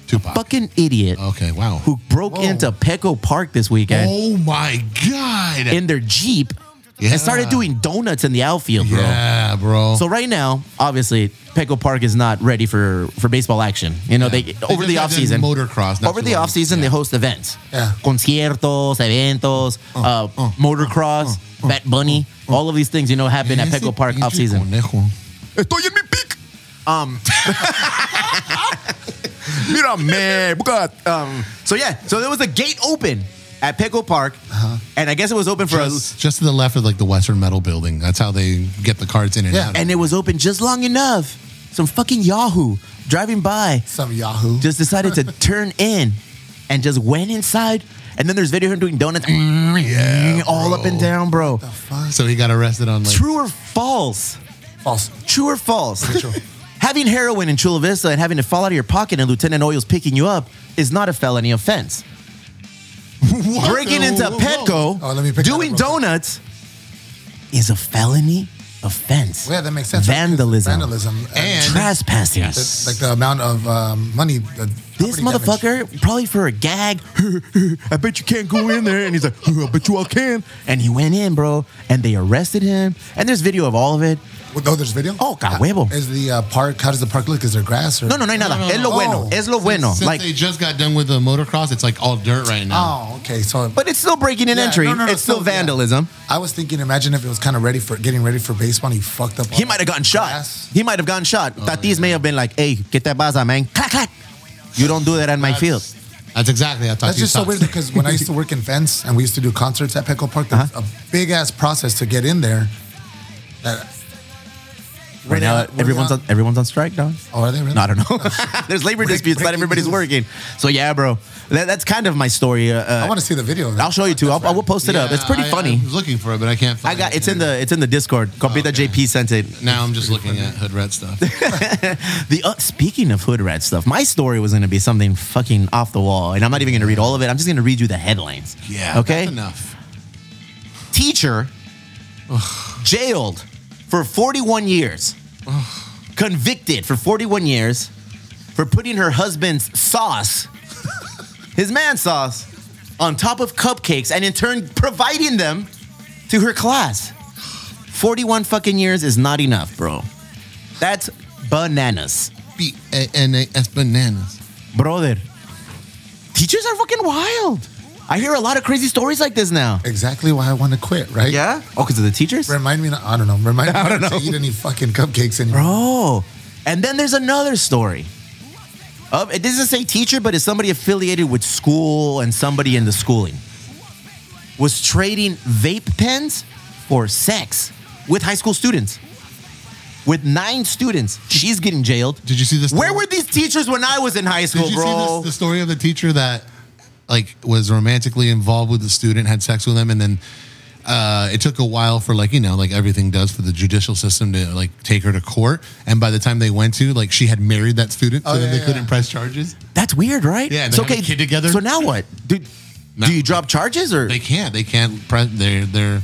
D: Tupac.
C: Fucking idiot
D: okay, wow.
C: who broke
D: Oh. Whoa.
C: into Petco Park this weekend
D: Oh my god.
C: in their Jeep
D: Oh. Yeah.
C: and started doing donuts in the outfield, bro.
D: yeah, bro.
C: So right now, obviously, Petco Park is not ready for, for baseball action. You know, they over
D: just
C: the
D: got
C: off
D: done
C: season,
D: motocross, not
C: Over
D: too
C: the
D: long.
C: off season, they host events,
E: Yeah.
C: conciertos, eventos,
D: Oh,
C: uh, motocross, Bat Bunny, all of these things. You know, happen at
D: Ese
C: Petco Park
D: pinche
C: off season.
D: conejo.
C: Estoy en mi pick. Um. Mira, man. God. Um, so yeah, so there was a gate open at Pickle Park, and I guess it was open for us.
D: Uh-huh. Just, just to the left of like the Western Metal Building. That's how they get the cards in and
E: Yeah.
D: out.
C: And it was open just long enough. Some fucking Yahoo driving by
E: Some Yahoo.
C: just decided
D: (laughs)
C: to turn in and just went inside. And then there's video of him doing donuts all up and down, bro.
D: so he got arrested on like
C: True or false?
E: false.
C: True or false?
E: True.
C: (laughs) Having heroin in Chula Vista and having it fall out of your pocket and Lieutenant Oil's picking you up is not a felony
E: (laughs)
C: offense. Breaking into
D: Whoa, whoa,
C: Petco,
E: Oh, let me pick that up
C: doing
E: real quick.
C: donuts is a felony offense.
E: Well, yeah, that makes sense.
C: Vandalism.
E: Vandalism.
D: And-
C: Trespassing.
E: the- like the amount of um, money. The
C: This
E: property damage.
C: motherfucker, probably for a gag, (laughs) I bet you can't go in there. And he's like, (laughs) I bet you I can. And he went in, bro, and they arrested him. And there's video of all of it.
E: Well, Oh, there's video.
C: Oh, God, huevo.
E: Is the uh, park? How does the park look? Is there grass? Or,
C: No, no, no, hay nada.
D: no,
C: Es lo
E: no.
C: bueno.
E: Oh.
C: Es lo bueno.
D: Since
C: Like,
D: they just got done with the motocross, it's like all dirt right now.
E: Oh, okay. So,
C: but it's still breaking an
E: Yeah,
C: entry.
E: no, no, no,
C: it's still,
E: still, yeah.
C: vandalism.
E: I was thinking, imagine if it was kind of ready for getting ready for baseball. and He fucked up.
C: He
E: all
C: might have
E: the
C: gotten shot.
E: grass.
C: He might have gotten shot.
E: Oh,
C: Tatis may have been like, hey, get that baza, man. Clack, clack. You don't do that on my field.
D: That's exactly how
E: That's
D: Tatis
E: just so
D: talks.
E: weird because when I used to work in fence and we used to do concerts at Petco Park, there's
C: Uh-huh.
E: a big ass process to get in there. That
C: Right now,
E: We're
C: everyone's
E: not-
C: on, everyone's on strike, dog. (laughs)
E: oh, are they really?
C: No, I don't know. (laughs) There's labor disputes. Not
E: breaking
C: everybody's
E: news.
C: working. So yeah, bro, that, that's kind of my story. Uh,
E: I
C: Uh,
E: want to see the video. of that.
C: I'll show you too. I'll, I will post it up. It's pretty
D: I-
C: funny.
D: I was looking for it, but I can't
C: I,
D: find
C: got
D: it.
C: it's in the it's in the Discord. Compita
D: okay.
C: JP sent it.
D: Now I'm just looking at Hood Red
C: (laughs)
D: stuff.
C: The uh, speaking of hood rat stuff, my story was going to be something fucking off the wall, and I'm not even going to read all of it. I'm just going to read you the headlines. Okay.
D: That's enough.
C: Teacher jailed for 41 years, convicted for 41 years for putting her husband's sauce, his man sauce, on top of cupcakes and in turn providing them to her class. 41 fucking years is not enough, bro. That's bananas.
D: B A N A S eh, bananas.
C: Brother, teachers are fucking wild. I hear a lot of crazy stories like this now.
E: exactly why I want to quit. Right?
C: Yeah? Oh, because of the teachers?
E: Remind me. Not, I don't
C: (laughs)
E: know. Remind me I don't to eat any fucking cupcakes anymore.
C: Bro. Oh, And then there's another story. Of, it doesn't say teacher, but it's somebody affiliated with school and somebody in the schooling. Was trading vape pens for sex with high school students. With nine students, she's getting jailed.
D: Did you see this?
C: Where were these teachers when I was in high
D: Did
C: school,
D: you see
C: bro?
D: this, the story of the teacher that like was romantically involved with the student, had sex with him, and then uh, it took a while for like you know like everything does for the judicial system to like take her to court. And by the time they went to like she had married that student, so
E: Oh,
D: then
E: yeah,
D: they
E: yeah.
D: couldn't press charges.
C: That's weird, right?
D: Yeah, and they
C: So,
D: have a kid together.
C: So now what? Do,
D: No.
C: do you drop charges or
D: They can't. They can't. Pre- they're they're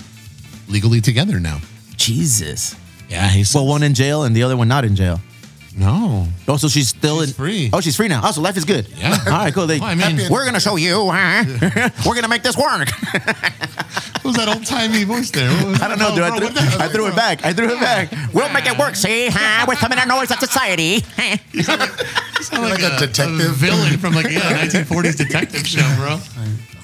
D: legally together now.
C: Jesus?
D: Yeah, he's
C: Well, one in jail and the other one not in jail.
D: no.
C: Oh, so she's still
D: She's
C: in,
D: free.
C: Oh, she's free now. Oh, so life is good.
D: Yeah.
C: (laughs) All right, cool. They,
D: Well, I mean-
C: we're gonna show you. Huh? (laughs) we're gonna make this work.
D: What was that old timey voice there? Oh,
C: I don't know, dude. I threw, I threw it back. I threw it back. We'll make it work. See, huh? we're coming out noise of society. (laughs)
D: like,
E: (laughs) Like a detective.
D: villain from like yeah, 1940s detective show, bro.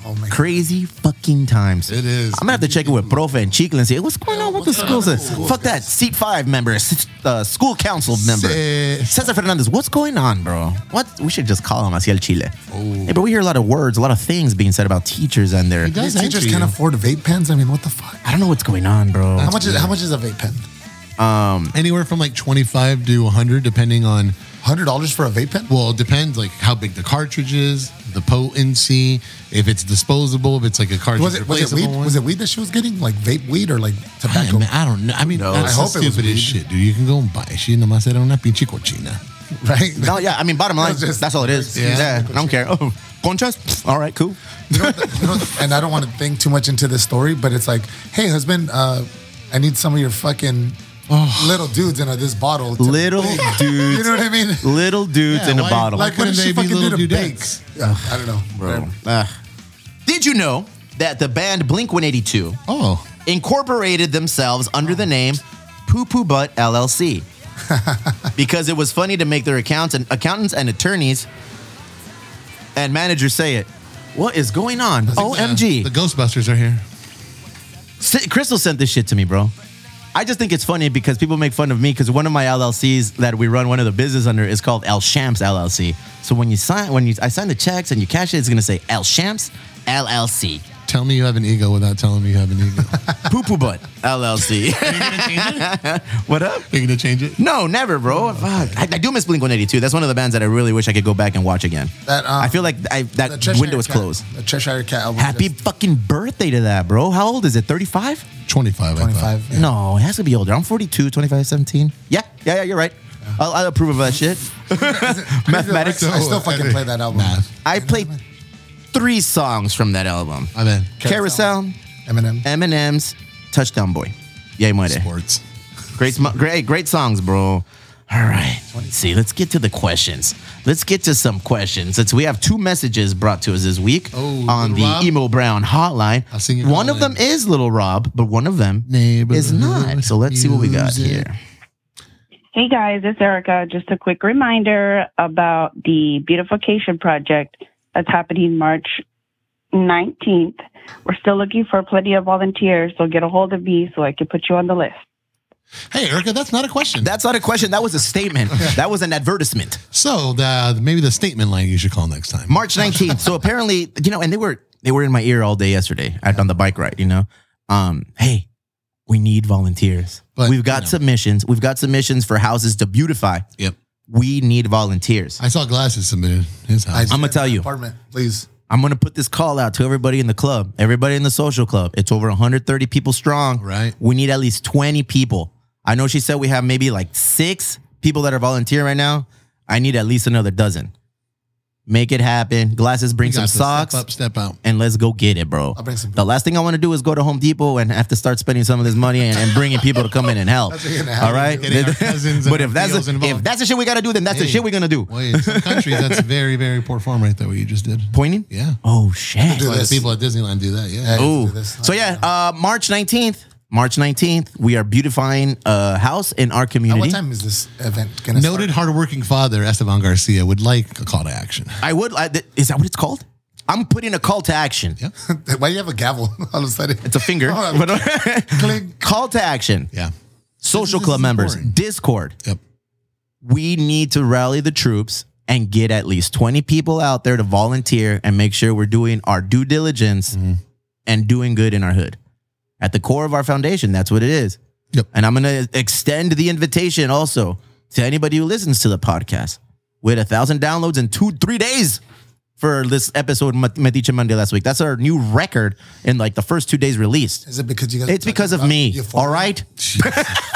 E: Oh my. God.
C: Crazy fucking times.
D: It is.
C: I'm gonna have to check it with Profe and Chico and see what's going on with the schools. Fuck that seat five member, s- uh, school council member,
D: Se-
C: Cesar Fernandez. What's going on, bro? What? We should just call him Hacia el Chile.
D: Oh.
C: Hey, but we hear a lot of words, a lot of things being said about teachers and their.
D: does.
E: These teachers
D: Thank you.
E: can't afford vape pens. I mean, what the fuck?
C: I don't know what's going on, bro.
E: How much is how much is a vape pen?
D: Anywhere from like 25 to 100, depending on
E: Hundred dollars for a vape pen?
D: well, it depends like how big the cartridge is, the potency, if it's disposable, if it's like a cartridge
E: Was it was it
D: replaceable
E: weed?
D: one.
E: Was it weed that she was getting? Like vape weed or like
C: (laughs)
D: I,
E: tobacco?
D: mean, I don't know. I mean, that's
E: I
D: the
E: hope it was
D: stupidest
E: weed.
D: shit, dude. You can go and buy. She nomás era una pinche cochina.
E: right?
C: No, yeah. I mean, bottom line,
E: It's just-
C: that's all it is.
D: Yeah.
C: Yeah, I don't care. Oh, contrast. Pfft, All right, cool.
E: You know, and I don't want to think too much into this story, but it's like, hey, husband, uh, I need some of your fucking little dudes in this bottle. to-
C: Little (laughs) dudes.
E: You know what I mean?
C: Little dudes
D: Yeah,
C: in a
D: why-
C: bottle.
E: Like, what
D: Wouldn't
E: did
D: they
E: she
D: be
E: fucking do
D: little
E: to bake?
D: dudettes?
E: Yeah, I don't know.
C: bro. Ah. did you know that the band Blink 182
D: Oh,
C: incorporated themselves under the name Poo Poo Butt LLC because it was funny to make their accounts and accountants and attorneys and managers say it. What is going on?
D: The
C: OMG.
D: Ghostbusters are here.
C: S- Crystal sent this shit to me, bro. I just think it's funny because people make fun of me because one of my LLCs that we run one of the business under is called El Shams LLC. So when you sign, when you I sign the checks and you cash it, it's gonna say El Shams LLC.
D: Tell me you have an ego without telling me you have an ego.
C: Poo Poo Butt LLC. what up?
D: Are you gonna change it?
C: No, never, bro. Fuck. I, I do miss Blink 182. That's one of the bands that I really wish I could go back and watch again.
E: That, um,
C: I feel like I,
E: The
C: that
E: Cheshire
C: window is
E: Cat-
C: closed.
E: The Cheshire Cat album.
C: Happy
E: just-
C: fucking birthday to that, bro. How old is it? 35?
D: Twenty-five. I thought.
E: 25. yeah.
C: No, it has to be older. I'm 42, 25, 17. Yeah, yeah, yeah, you're right. I'll, I'll approve of that
D: (laughs)
C: shit. Mathematics.
E: I still fucking play that album.
D: Nah.
C: I played three songs from that album
D: I mean,
C: Carousel,
E: Eminem.
C: Eminem's, Touchdown Boy. Yay, my day.
D: sports.
C: Great, sm- great, great songs, bro. All right. Let's see. Let's get to the questions. Let's get to some questions. Since we have two messages brought to us this week
D: Oh,
C: on the
D: Little Rob?
C: Emo Brown hotline.
D: I'll sing your
C: one of them
D: hotline.
C: is Little Rob, but one of them
D: Neighborhood
C: is not. So let's see what we got
D: music.
C: here.
G: Hey guys, it's Erica. Just a quick reminder about the beautification project that's happening March 19th. We're still looking for plenty of volunteers, so get a hold of me so I can put you on the list.
D: Hey, Erica, that's not a question.
C: That's not a question. That was a
D: (laughs)
C: statement. that was an advertisement.
D: so the, maybe the statement line you should call next time.
C: March 19th. so apparently, you know, and they were they were in my ear all day yesterday at, on the bike ride, you know. Um, hey, we need volunteers.
D: But,
C: We've got
D: you know.
C: submissions. We've got submissions for houses to beautify.
D: Yep.
C: We need volunteers.
D: I saw glasses submitted his house.
C: I'm gonna tell you.
E: Apartment, please.
C: I'm gonna put this call out to everybody in the club, everybody in the social club. It's over 130 people strong.
D: Right.
C: We need at least 20 people. I know she said we have maybe like six people that are volunteering right now. I need at least another dozen. Make it happen. Glasses, bring
D: You
C: some
D: got to
C: socks,
D: Step up, step out.
C: and let's go get it, bro.
E: I'll bring some-
C: The last thing I want to do is go to Home Depot and have to start spending some of this money and, and bringing people to come in and
D: (laughs)
C: help.
E: That's what you're gonna have
C: All right.
D: to do. Getting our cousins and
C: but
D: our
C: if that's
D: feels
C: the,
D: involved.
C: if that's the shit we gotta do, then that's the
D: Hey.
C: shit we're gonna do.
D: Wait, in some countries, that's very, very poor form right there, what you just did.
C: Pointing.
D: Yeah.
C: Oh shit.
E: Do
D: Why the
E: this.
D: people at Disneyland do that, yeah.
E: Hey.
C: Ooh.
E: do this.
C: So yeah, uh, March nineteenth. March nineteenth, we are beautifying a house in our
E: At
C: community.
E: what time is this event gonna
D: Noted
E: start?
D: hardworking father Esteban Garcia would like a call to action.
C: I would. I, th- is that what it's called? I'm putting a call to action.
D: Yeah.
E: (laughs) Why do you have a gavel (laughs) all of a sudden?
C: It's a
E: (laughs)
C: finger.
E: Oh,
C: (laughs) But-
E: Clink.
C: call to action.
D: Yeah.
C: Social
D: This is
C: club members,
D: important.
C: Discord.
D: Yep.
C: We need to rally the troops and get at least 20 people out there to volunteer and make sure we're doing our due diligence
D: Mm-hmm.
C: and doing good in our hood. At the core of our foundation, that's what it is.
D: Yep.
C: And I'm going to extend the invitation also to anybody who listens to the podcast. We had a thousand downloads in two, three days for this episode, Mat- Metiche Monday last week. That's our new record in like the first two days released.
E: Is it because you guys?
C: It's because of
E: about
C: me.
E: Euphoria?
C: All right.
E: (laughs)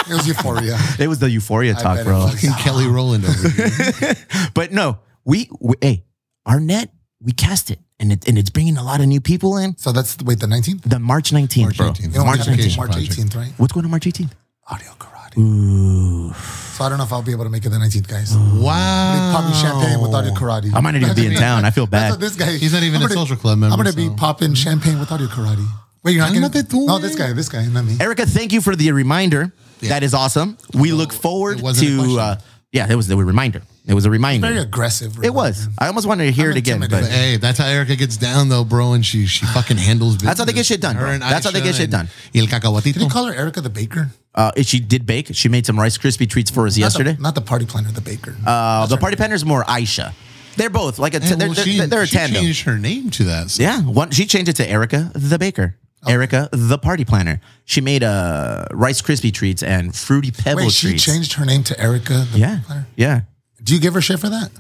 E: It was euphoria.
C: It was the euphoria
E: I
C: talk,
E: bet it
C: bro.
E: was.
D: Fucking Kelly Rowland
C: (laughs)
D: over here.
C: But no, we, we hey, our net, we cast it and, it and it's bringing a lot of new people in.
E: So that's wait the 19th.
C: The March 19th,
D: March
C: bro.
D: 19th.
E: You don't
C: March
E: have it till
C: 19th.
E: March
D: Project.
E: 18th, right?
C: What's going on March 18th?
E: Audio karate. Ooh. So I don't know if I'll be able to make it the 19th, guys.
D: Oh. Wow.
E: Popping champagne with audio karate.
C: I might not even be in town. I feel
E: That's
C: bad.
E: what this guy.
D: He's not even
E: I'm
D: a
E: gonna-
D: social club member,
E: I'm gonna
D: so-
E: be popping champagne with audio karate. Wait, you're not
D: Ay, no
E: gonna?
D: te tuve.
E: No, this guy, this guy, not me.
C: Erica, thank you for the reminder. That is awesome. We look forward
D: it wasn't a
C: to.
D: question.
C: Uh, yeah, it was the reminder. It was a reminder.
E: Very aggressive.
C: it was. I almost wanted to hear
E: I'm
C: it again, but
E: intimidated.
D: Hey, that's how Erica gets down though, bro, and she she fucking handles business.
C: That's how they get shit done, bro.
D: Her and
C: That's how they
D: Aisha
C: get shit done.
D: and El
E: Did you
D: cacahuatito.
E: call her Erica the Baker?
C: uh, she did bake. She made some Rice Krispie treats for us
E: Not the-
C: yesterday.
E: Not the party planner, the Baker.
C: Uh, the party planner's more Aisha. They're both like a.
D: Hey,
C: T- they're,
D: well,
C: they're,
D: she-
C: they're a
D: she
C: tandem.
D: changed her name to that. So
C: Yeah, one, she changed it to Erica the Baker. Erica the Party Planner. She made uh, Rice Krispie treats and fruity pebble
E: Wait, she
C: treats.
E: changed her name to Erica the
C: Yeah,
E: Party planner.
C: yeah.
E: Do you give her shit for that?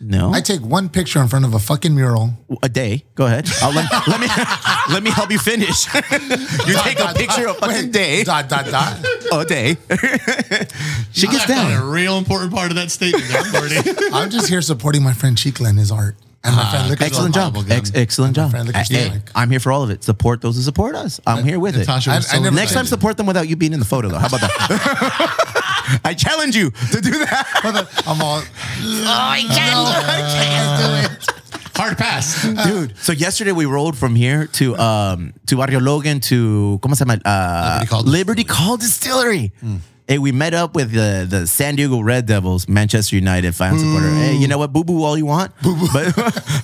C: No,
E: I take one picture in front of a fucking mural.
C: a day. Go ahead. I'll let, (laughs) let me let me help you finish. (laughs) you take a
E: Dot, dot,
C: picture
E: dot.
C: of fucking
E: Wait,
C: day.
E: Dot dot dot.
C: a day. (laughs) she gets
F: I found
C: down.
F: A real important part of that statement there,
E: (laughs)
D: Uh,
F: Bernie.
E: I'm just here supporting my friend Chicla and his art. And my friend Liquor
C: Ah, Excellent
E: Store.
C: job.
D: Bible gun.
C: Ex- excellent
E: My
C: job.
E: friend, look
C: I,
E: at you,
C: hey,
E: Mike.
C: I'm here for all of it. Support those who support us. I'm here with it.
D: Natasha was
E: I- I
D: so
E: never-
C: Next time,
D: excited.
C: support them without you being in the photo, though. How about that?
E: (laughs)
C: (laughs) I challenge you to do that.
E: I'm all,
F: Hard pass.
C: Dude, so yesterday we rolled from here to um to Barrio Logan to ¿cómo se llama? Uh,
D: Liberty Call Mm.
C: Liberty Call Distillery. Hey, we met up with the the San Diego Red Devils, Manchester United fan
D: Mm.
C: supporter. Hey, you know what? Boo boo all you want, (laughs) but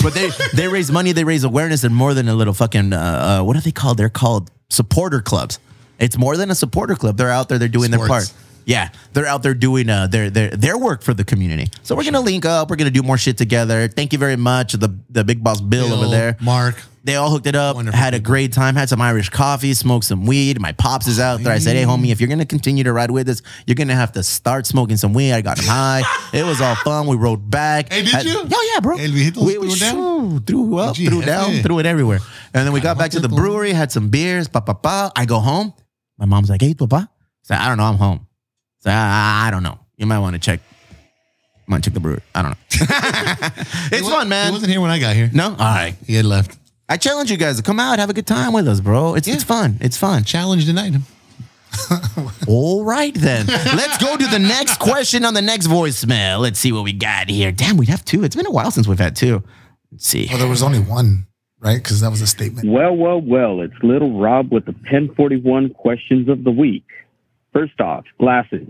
C: but they they raise money, they raise awareness, and more than a little fucking uh, uh, what are they called? They're called supporter clubs. It's more than a supporter club. They're out there, they're doing their
D: Sports.
C: part. Yeah, they're out there doing uh, their their their work for the community. So we're gonna link up. We're gonna do more shit together. Thank you very much, the the big boss Bill, over
D: Bill,
C: there.
D: Mark.
C: They all hooked it up.
D: Wonderful
C: had a great time. Had some Irish coffee. Smoked some weed. My pops is out there. I said, "Hey, homie, if you're gonna continue to ride with us, you're gonna have to start smoking some weed." I got him
D: (laughs)
C: high. it was all fun. We rode back.
D: Hey, did
C: Had-
D: you?
C: Oh yeah, bro.
D: El Viejito
C: we,
D: threw
C: we
D: it down?
C: shoo, threw up,
D: Gee,
C: threw down,
D: jefe.
C: threw it everywhere. And then we got back to the
D: Caramba.
C: brewery. Had some beers. Pa pa pa. I go home. My mom's like, "Hey, papa." I said, "I don't know. I'm home." So I, I don't know. You might want to check. Might check the brewery. I don't
D: (laughs)
C: know. (laughs) it's
D: He
C: fun,
D: He
C: man.
D: wasn't here when I got here.
C: No, all right.
D: He had left.
C: I challenge you guys to come out, have a good time with us, bro. It's it's fun. It's fun.
D: Challenge denied him.
C: (laughs) All right then. Let's go to the (laughs) next question on the next voicemail. Let's see what we got here. Damn, we have two. It's been a while since we've had two. Let's see.
E: well, there was only one, right? Because that was a statement.
H: Well, well, well, it's little Rob with the 1041 questions of the week. First off, glasses.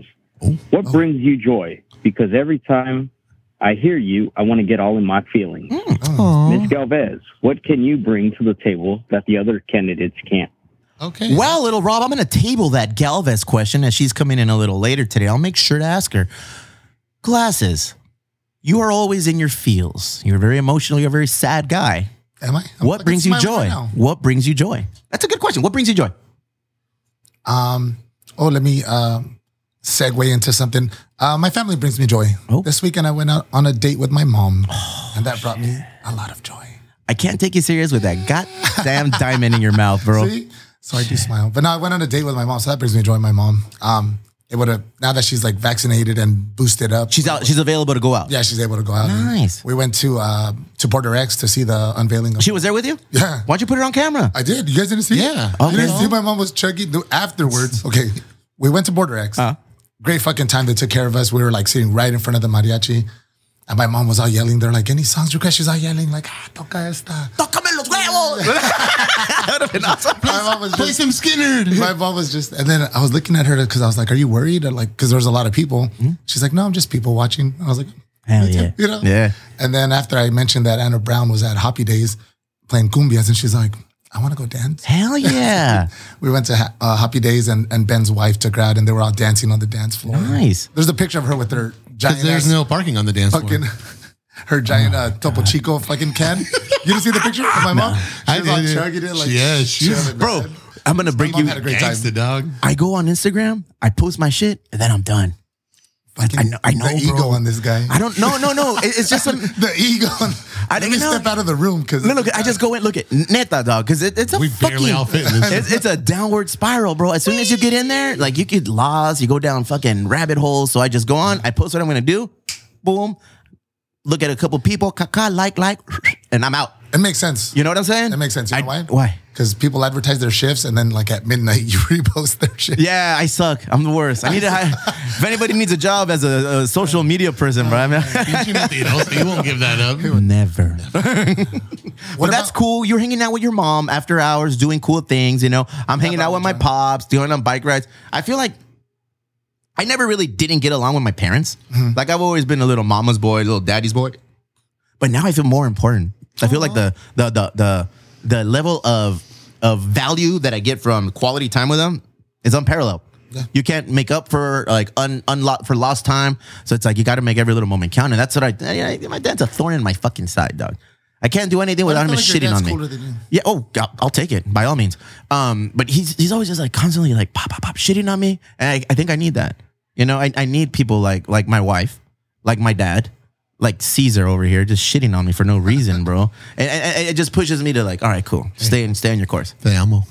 H: What brings you joy? Because every time I hear you, I want to get all in my feelings. Miss Galvez, what can you bring to the table that the other candidates can't?
D: Okay.
C: Well, little Rob, I'm going to table that Galvez question as she's coming in a little later today. I'll make sure to ask her. Glasses, you are always in your feels. You're very emotional. You're a very sad guy.
E: Am I? I'm
C: What
E: fucking
C: brings you
E: smiling
C: joy?
E: right now.
C: What brings you joy? That's a good question. What brings you joy?
E: Um, oh, let me um segue into something. Uh, my family brings me joy.
C: Oh.
E: This weekend, I went out on a date with my mom, and that brought me a lot of joy.
C: I can't take you serious with that goddamn diamond in your mouth, (laughs) bro.
E: See? So I do smile. But no, I went on a date with my mom, so that brings me joy. My mom. Um, it would have now that she's like vaccinated and boosted up.
C: She's out. She's available to go out.
E: Yeah, she's able to go out. and
C: Nice.
E: We went to uh, to Border X to see the unveiling of.
C: She was there with you.
E: Yeah.
C: Why'd you put her on camera?
E: I did. You guys didn't see?
D: Yeah.
E: It? You didn't
C: Okay.
E: see my mom was checking the- (laughs) afterwards. Okay. We went to Border X. Great fucking time. They took care of us. We were like sitting right in front of the mariachi. And my mom was out yelling. They're like, any songs request? She's out yelling, like, ah, toca esta. (laughs) My mom was
D: Play
E: just,
D: some Skinner.
E: my mom was just, and then I was looking at her because I was like, are you worried? And like, because there was a lot of people. She's like, no, I'm just people watching. I was like,
C: Hell
E: "Me too,"
C: yeah.
E: You know? (laughs)
C: Yeah.
E: And then after I mentioned that Anna Brown was at Hoppy Days playing cumbias, and she's like, I want to go dance.
C: Hell
E: (laughs)
C: yeah.
E: We went to ha- uh, Happy Days and, and Ben's wife took her out and they were all dancing on the dance floor.
C: Nice.
E: There's a picture of her with her giant
D: Because there's
E: ass
D: no parking on the dance floor.
E: fucking, (laughs) her giant uh, Topo Chico fucking can. you didn't see the picture
C: (laughs)
E: of my mom?
D: I
E: She was all
D: did.
E: chugging it like,
D: Yeah, she's-
E: chilling,
C: Bro,
E: man.
C: I'm going to break
E: mom
C: you.
E: had a great time.
D: Gangsta dog.
C: I go on Instagram, I post my shit, and then I'm done.
E: Fucking
C: I know- I know,
E: the ego
C: bro.
E: on this guy.
C: I don't, no, no, no. It- It's just some. (laughs)
E: (laughs) the ego. On,
C: I
E: (laughs) let
C: don't
E: me
C: know.
E: step out of the room because
C: No, look, I just go in, look at Neta, dog, because it, it's a
D: We
C: fucking.
D: barely all fit in this.
C: It's, it's a downward spiral, bro. As soon as you get in there, like you get lost, you go down fucking rabbit holes. So I just go on, I post what I'm gonna do, boom, look at a couple people, caca, like, like, (laughs) and I'm out.
E: it makes sense.
C: You know what I'm saying?
E: That makes sense. You know
C: I-
E: why?
C: Why?
E: Because people advertise their shifts and then like at midnight (laughs) you repost their shit.
C: Yeah, I suck. I'm the worst. I need to hire. (laughs) if anybody needs a job as a, a social media person, bro, I (laughs) mean,
E: (laughs)
D: Pinching Latinos, so you won't give that up.
C: never.
E: What
C: But that's
E: about-
C: cool. You're hanging out with your mom after hours, doing cool things. You know, I'm hanging out with my pops, doing on bike rides. I feel like I never really didn't get along with my parents.
E: Hmm.
C: Like I've always been a little mama's boy, little daddy's boy. But now I feel more important. I feel like the the
E: Uh-huh.
C: the the the level of of value that I get from quality time with them is unparalleled. You can't make up for like un, unlo- for lost time, so it's like you got to make every little moment count, and that's what I. I- I- my dad's a thorn in my fucking side, dog. I can't do anything
E: I
C: without him
E: feel like your
C: shitting
E: dad's
C: on me.
E: cooler than you.
C: Yeah. Oh, I'll, I'll take it by all means. Um, but he's he's always just like constantly like pop pop pop shitting on me, and I, I think I need that. You know, I, I need people like like my wife, like my dad, like Caesar over here just shitting on me (laughs) for no reason, bro. And, and- and it just pushes me to like, all right, cool, stay and stay on your course.
D: Te amo.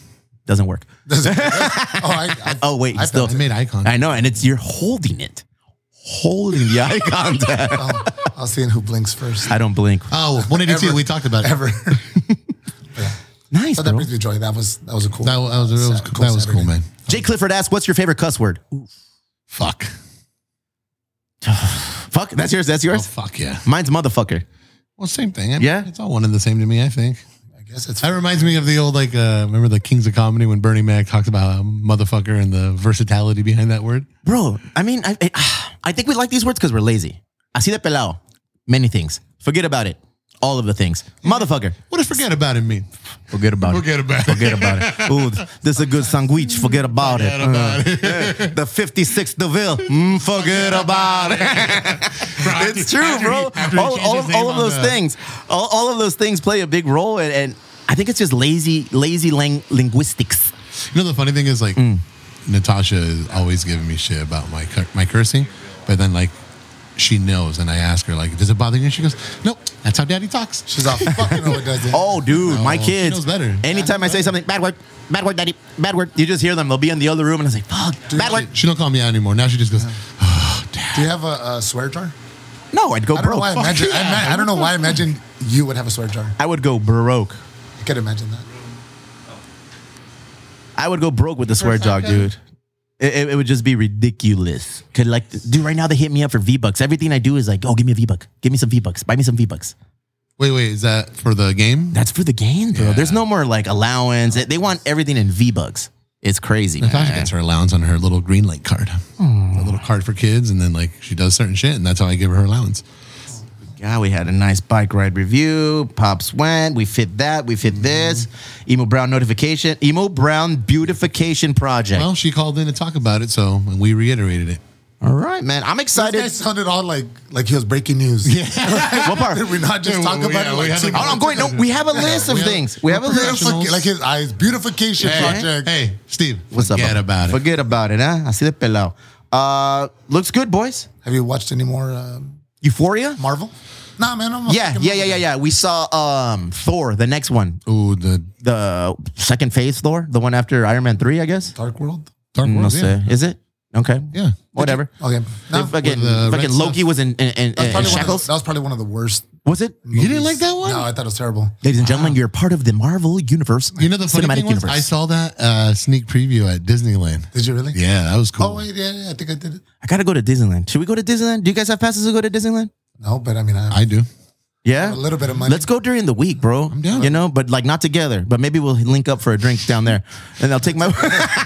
C: Doesn't work.
E: (laughs) Oh, I, I,
C: (laughs) Oh wait,
D: I,
C: it's still.
D: I made eye contact.
C: I know, and it's you're holding it, holding the (laughs) eye contact.
E: oh, I was seeing who blinks first.
C: I don't blink.
D: Oh, 182.
E: Ever.
D: We talked about it.
E: Ever.
C: Nice,
E: so that
C: bro.
E: brings me joy. That was that was a cool.
D: That was, that was,
E: Sat-
D: cool, that was cool,
E: Saturday.
D: man.
C: Jay Clifford asked, "What's your favorite cuss word?"
D: Fuck.
C: Fuck. That's yours. That's
D: Oh,
C: yours.
D: fuck yeah.
C: Mine's motherfucker.
D: Well, same thing. I mean,
C: Yeah?
D: It's all one and the same to me, I think.
E: I guess it's.
D: That reminds me of the old, like, uh, remember the Kings of Comedy when Bernie Mac talks about uh, motherfucker and the versatility behind that word?
C: Bro, I mean, I, I, (sighs) I think we like these words because we're lazy. Así de pelado. Many things. Forget about it. All of the things. Motherfucker.
D: What does forget about it mean?
C: Forget about
D: Forget about it.
C: Forget about
D: (laughs)
C: it. Ooh, th- this is a good sandwich. Forget about it.
D: about
C: Uh, eh, the 56 DeVille. Mm, forget about it. it's true,
D: after he-
C: bro.
D: after he
C: all,
D: changed
C: all,
D: his
C: of, all
D: name
C: of
D: on
C: those
D: the-
C: things. All, all of those things play a big role. And, and I think it's just lazy, lazy lang- linguistics.
D: You know, the funny thing is, like,
C: Mm.
D: Natasha is always giving me shit about my cur- my cursing, but then, like, she knows, and I ask her, like, does it bother you? And she goes, nope, that's how daddy talks.
E: She's all fucking know it does it.
C: (laughs) Oh, dude, my
D: No, she
C: kids.
D: knows better.
C: Anytime I say something, bad word, bad word, daddy, bad word, you just hear them. They'll be in the other room, and I say, "Fuck, bad word."
D: She don't call me out anymore. Now she just goes, oh, dad.
E: Do you have a, a swear jar?
C: No, I'd go
E: I don't know
C: broke.
E: why I
C: Fuck.
E: imagine. I, ima- I don't know why I imagine you would have a swear jar.
C: I would go broke.
E: I could imagine that.
C: I would go broke with the swear jog, dude. It, it, it would just be ridiculous. Could like, dude, right now they hit me up for V bucks. Everything I do is like, oh, give me a V buck, give me some V bucks, buy me some V bucks.
D: Wait, wait, is that for the game?
C: That's for the game, bro. There's no more like allowance. They, they want everything in V bucks. It's crazy. man.
D: Natasha gets her allowance on her little green light card, a little card for kids, and then like she does certain shit, and that's how I give her her allowance.
C: Yeah, we had a nice bike ride review. Pops went. We fit that. We fit this.
D: Mm-hmm.
C: Emo Brown notification. Emo Brown beautification project.
D: Well, she called in to talk about it, so and we reiterated it.
C: All right, man. I'm
E: This
C: excited.
E: guy sounded all like like he was breaking news. (laughs) Yeah.
C: What part?
E: Did we not just
D: Yeah, (laughs)
E: talk
D: we-
E: about
D: yeah,
E: it?
D: we
E: Like,
D: had
E: two
D: to-
C: Oh, no, I'm going. No, we have a list of
D: We have-
C: things. We have a list.
E: Beautific- like his eyes, beautification project.
D: Hey, Steve,
C: What's up?
D: forget
C: bro?
D: about it.
C: Forget about it, huh? I see the pillow. Uh, looks good, boys.
E: Have you watched any more um
C: Euphoria.
E: Marvel? Nah, man. I'm a
C: Yeah,
E: fucking
C: yeah, yeah,
E: Marvel
C: yeah, yeah. We saw um Thor, the next one,
D: Ooh, the
C: the second phase Thor, the one after Iron Man three, I guess.
E: guy. Dark World.
D: Dark
C: Mm, No
D: World. yeah.
C: sé. Is it okay?
D: yeah.
C: Whatever.
E: Okay.
C: They
E: No,
C: fucking
D: with, uh,
C: fucking
D: red
C: Loki
D: stuff.
C: was in, in, in,
E: that's
C: in
E: probably one of the,
C: shackles.
E: that was probably one of the worst.
C: Was it?
D: You didn't like that one?
E: No, I thought it was terrible.
C: Ladies and gentlemen, you're part of the Marvel universe.
D: You know the funny
C: cinematic
D: thing was,
C: universe.
D: I saw that uh, sneak preview at Disneyland.
E: Did you really?
D: Yeah, that was cool.
E: Oh wait, yeah, yeah. I think I did it.
C: I gotta go to Disneyland. Should we go to Disneyland? Do you guys have passes to go to Disneyland?
E: No, but I mean, I,
D: I do.
C: Yeah.
E: a little bit of money.
C: Let's go during the week, bro. I'm
D: down.
C: You know, but like not together. But maybe we'll link up for a drink down there, and I'll take my (laughs)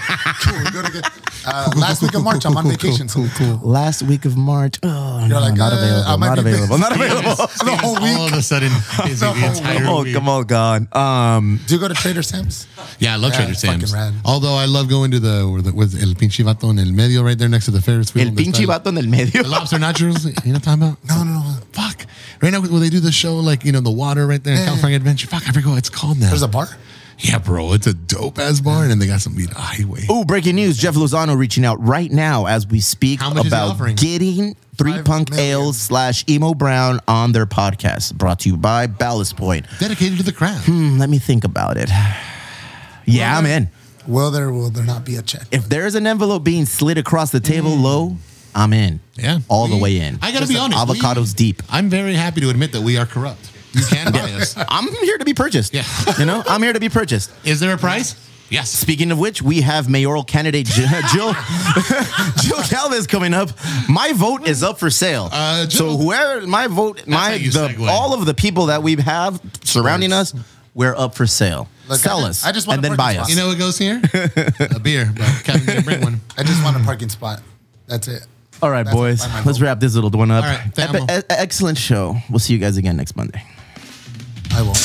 E: Cool, we go to get- uh, last week of March, I'm on vacation. so-
C: last week of March. Oh, no,
E: like,
C: not
E: uh, I
C: available.
E: might
C: Not
E: be busy. (laughs)
C: available. Not available.
E: The whole
D: All
E: week.
D: of a
E: (laughs)
D: sudden, is the entire
C: Come on,
D: week.
C: come on, God. Um,
E: Do you go to Trader Sam's?
D: Yeah, I love
E: Yeah,
D: Trader
E: it's fucking
D: Sam's.
E: rad.
D: Although I love going to the where the- with El Pinche Vato in El Medio right there next to the Ferris wheel.
C: el
D: and the
C: pinche
D: stuff.
C: vato en el medio.
D: The lobster nachos. You know what I'm talking about?
E: No, no, no.
D: Fuck. Right now, when they do the show, like, you know, the water right there in California Adventure. Fuck, I forgot what it's called now.
E: There's a bar.
D: yeah, bro. It's a dope ass bar, and then they got some meat highway.
C: Ooh, breaking news. Jeff Lozano reaching out right now as we speak
D: How much is he
C: about
D: offering?
C: getting Three
E: Five
C: Punk
E: million.
C: Ales slash Emo Brown on their podcast. Brought to you by Ballast Point.
D: Dedicated to the craft.
C: Hmm, let me think about it. (sighs) Yeah, I'm in.
E: Will there will there not be a check?
C: If there is an envelope being slid across the table low, I'm in.
D: Mm. Yeah.
C: All the
D: We-
C: way in.
D: I gotta be honest. we-
C: Avocados deep.
D: I'm very happy to admit that we are corrupt. You
C: (laughs)
D: can buy us.
C: I'm here to be purchased.
D: Yeah.
C: you know, I'm here to be purchased.
D: Is there a price? Yes.
C: Speaking of which, we have mayoral candidate Jill (laughs) Jill, Jill Galvez coming up. My vote is up for sale.
D: Uh, Jill-
C: so whoever my vote,
D: how
C: my
D: you
C: the,
D: segue.
C: all of the people that we have surrounding us, we're up for sale.
E: Look,
C: Sell
E: I-
C: us,
E: I just want
C: and
E: to
C: then buy us.
E: purchase
D: You know what goes here? a beer, bro. Kevin, you bring one.
E: I just want a parking spot. That's it.
C: all right,
E: That's
C: boys,
E: why my
C: let's
E: vote-
C: wrap this little one up.
D: All right,
C: Epi-
D: Thamel.
C: e- excellent show. We'll see you guys again next Monday.
E: I will.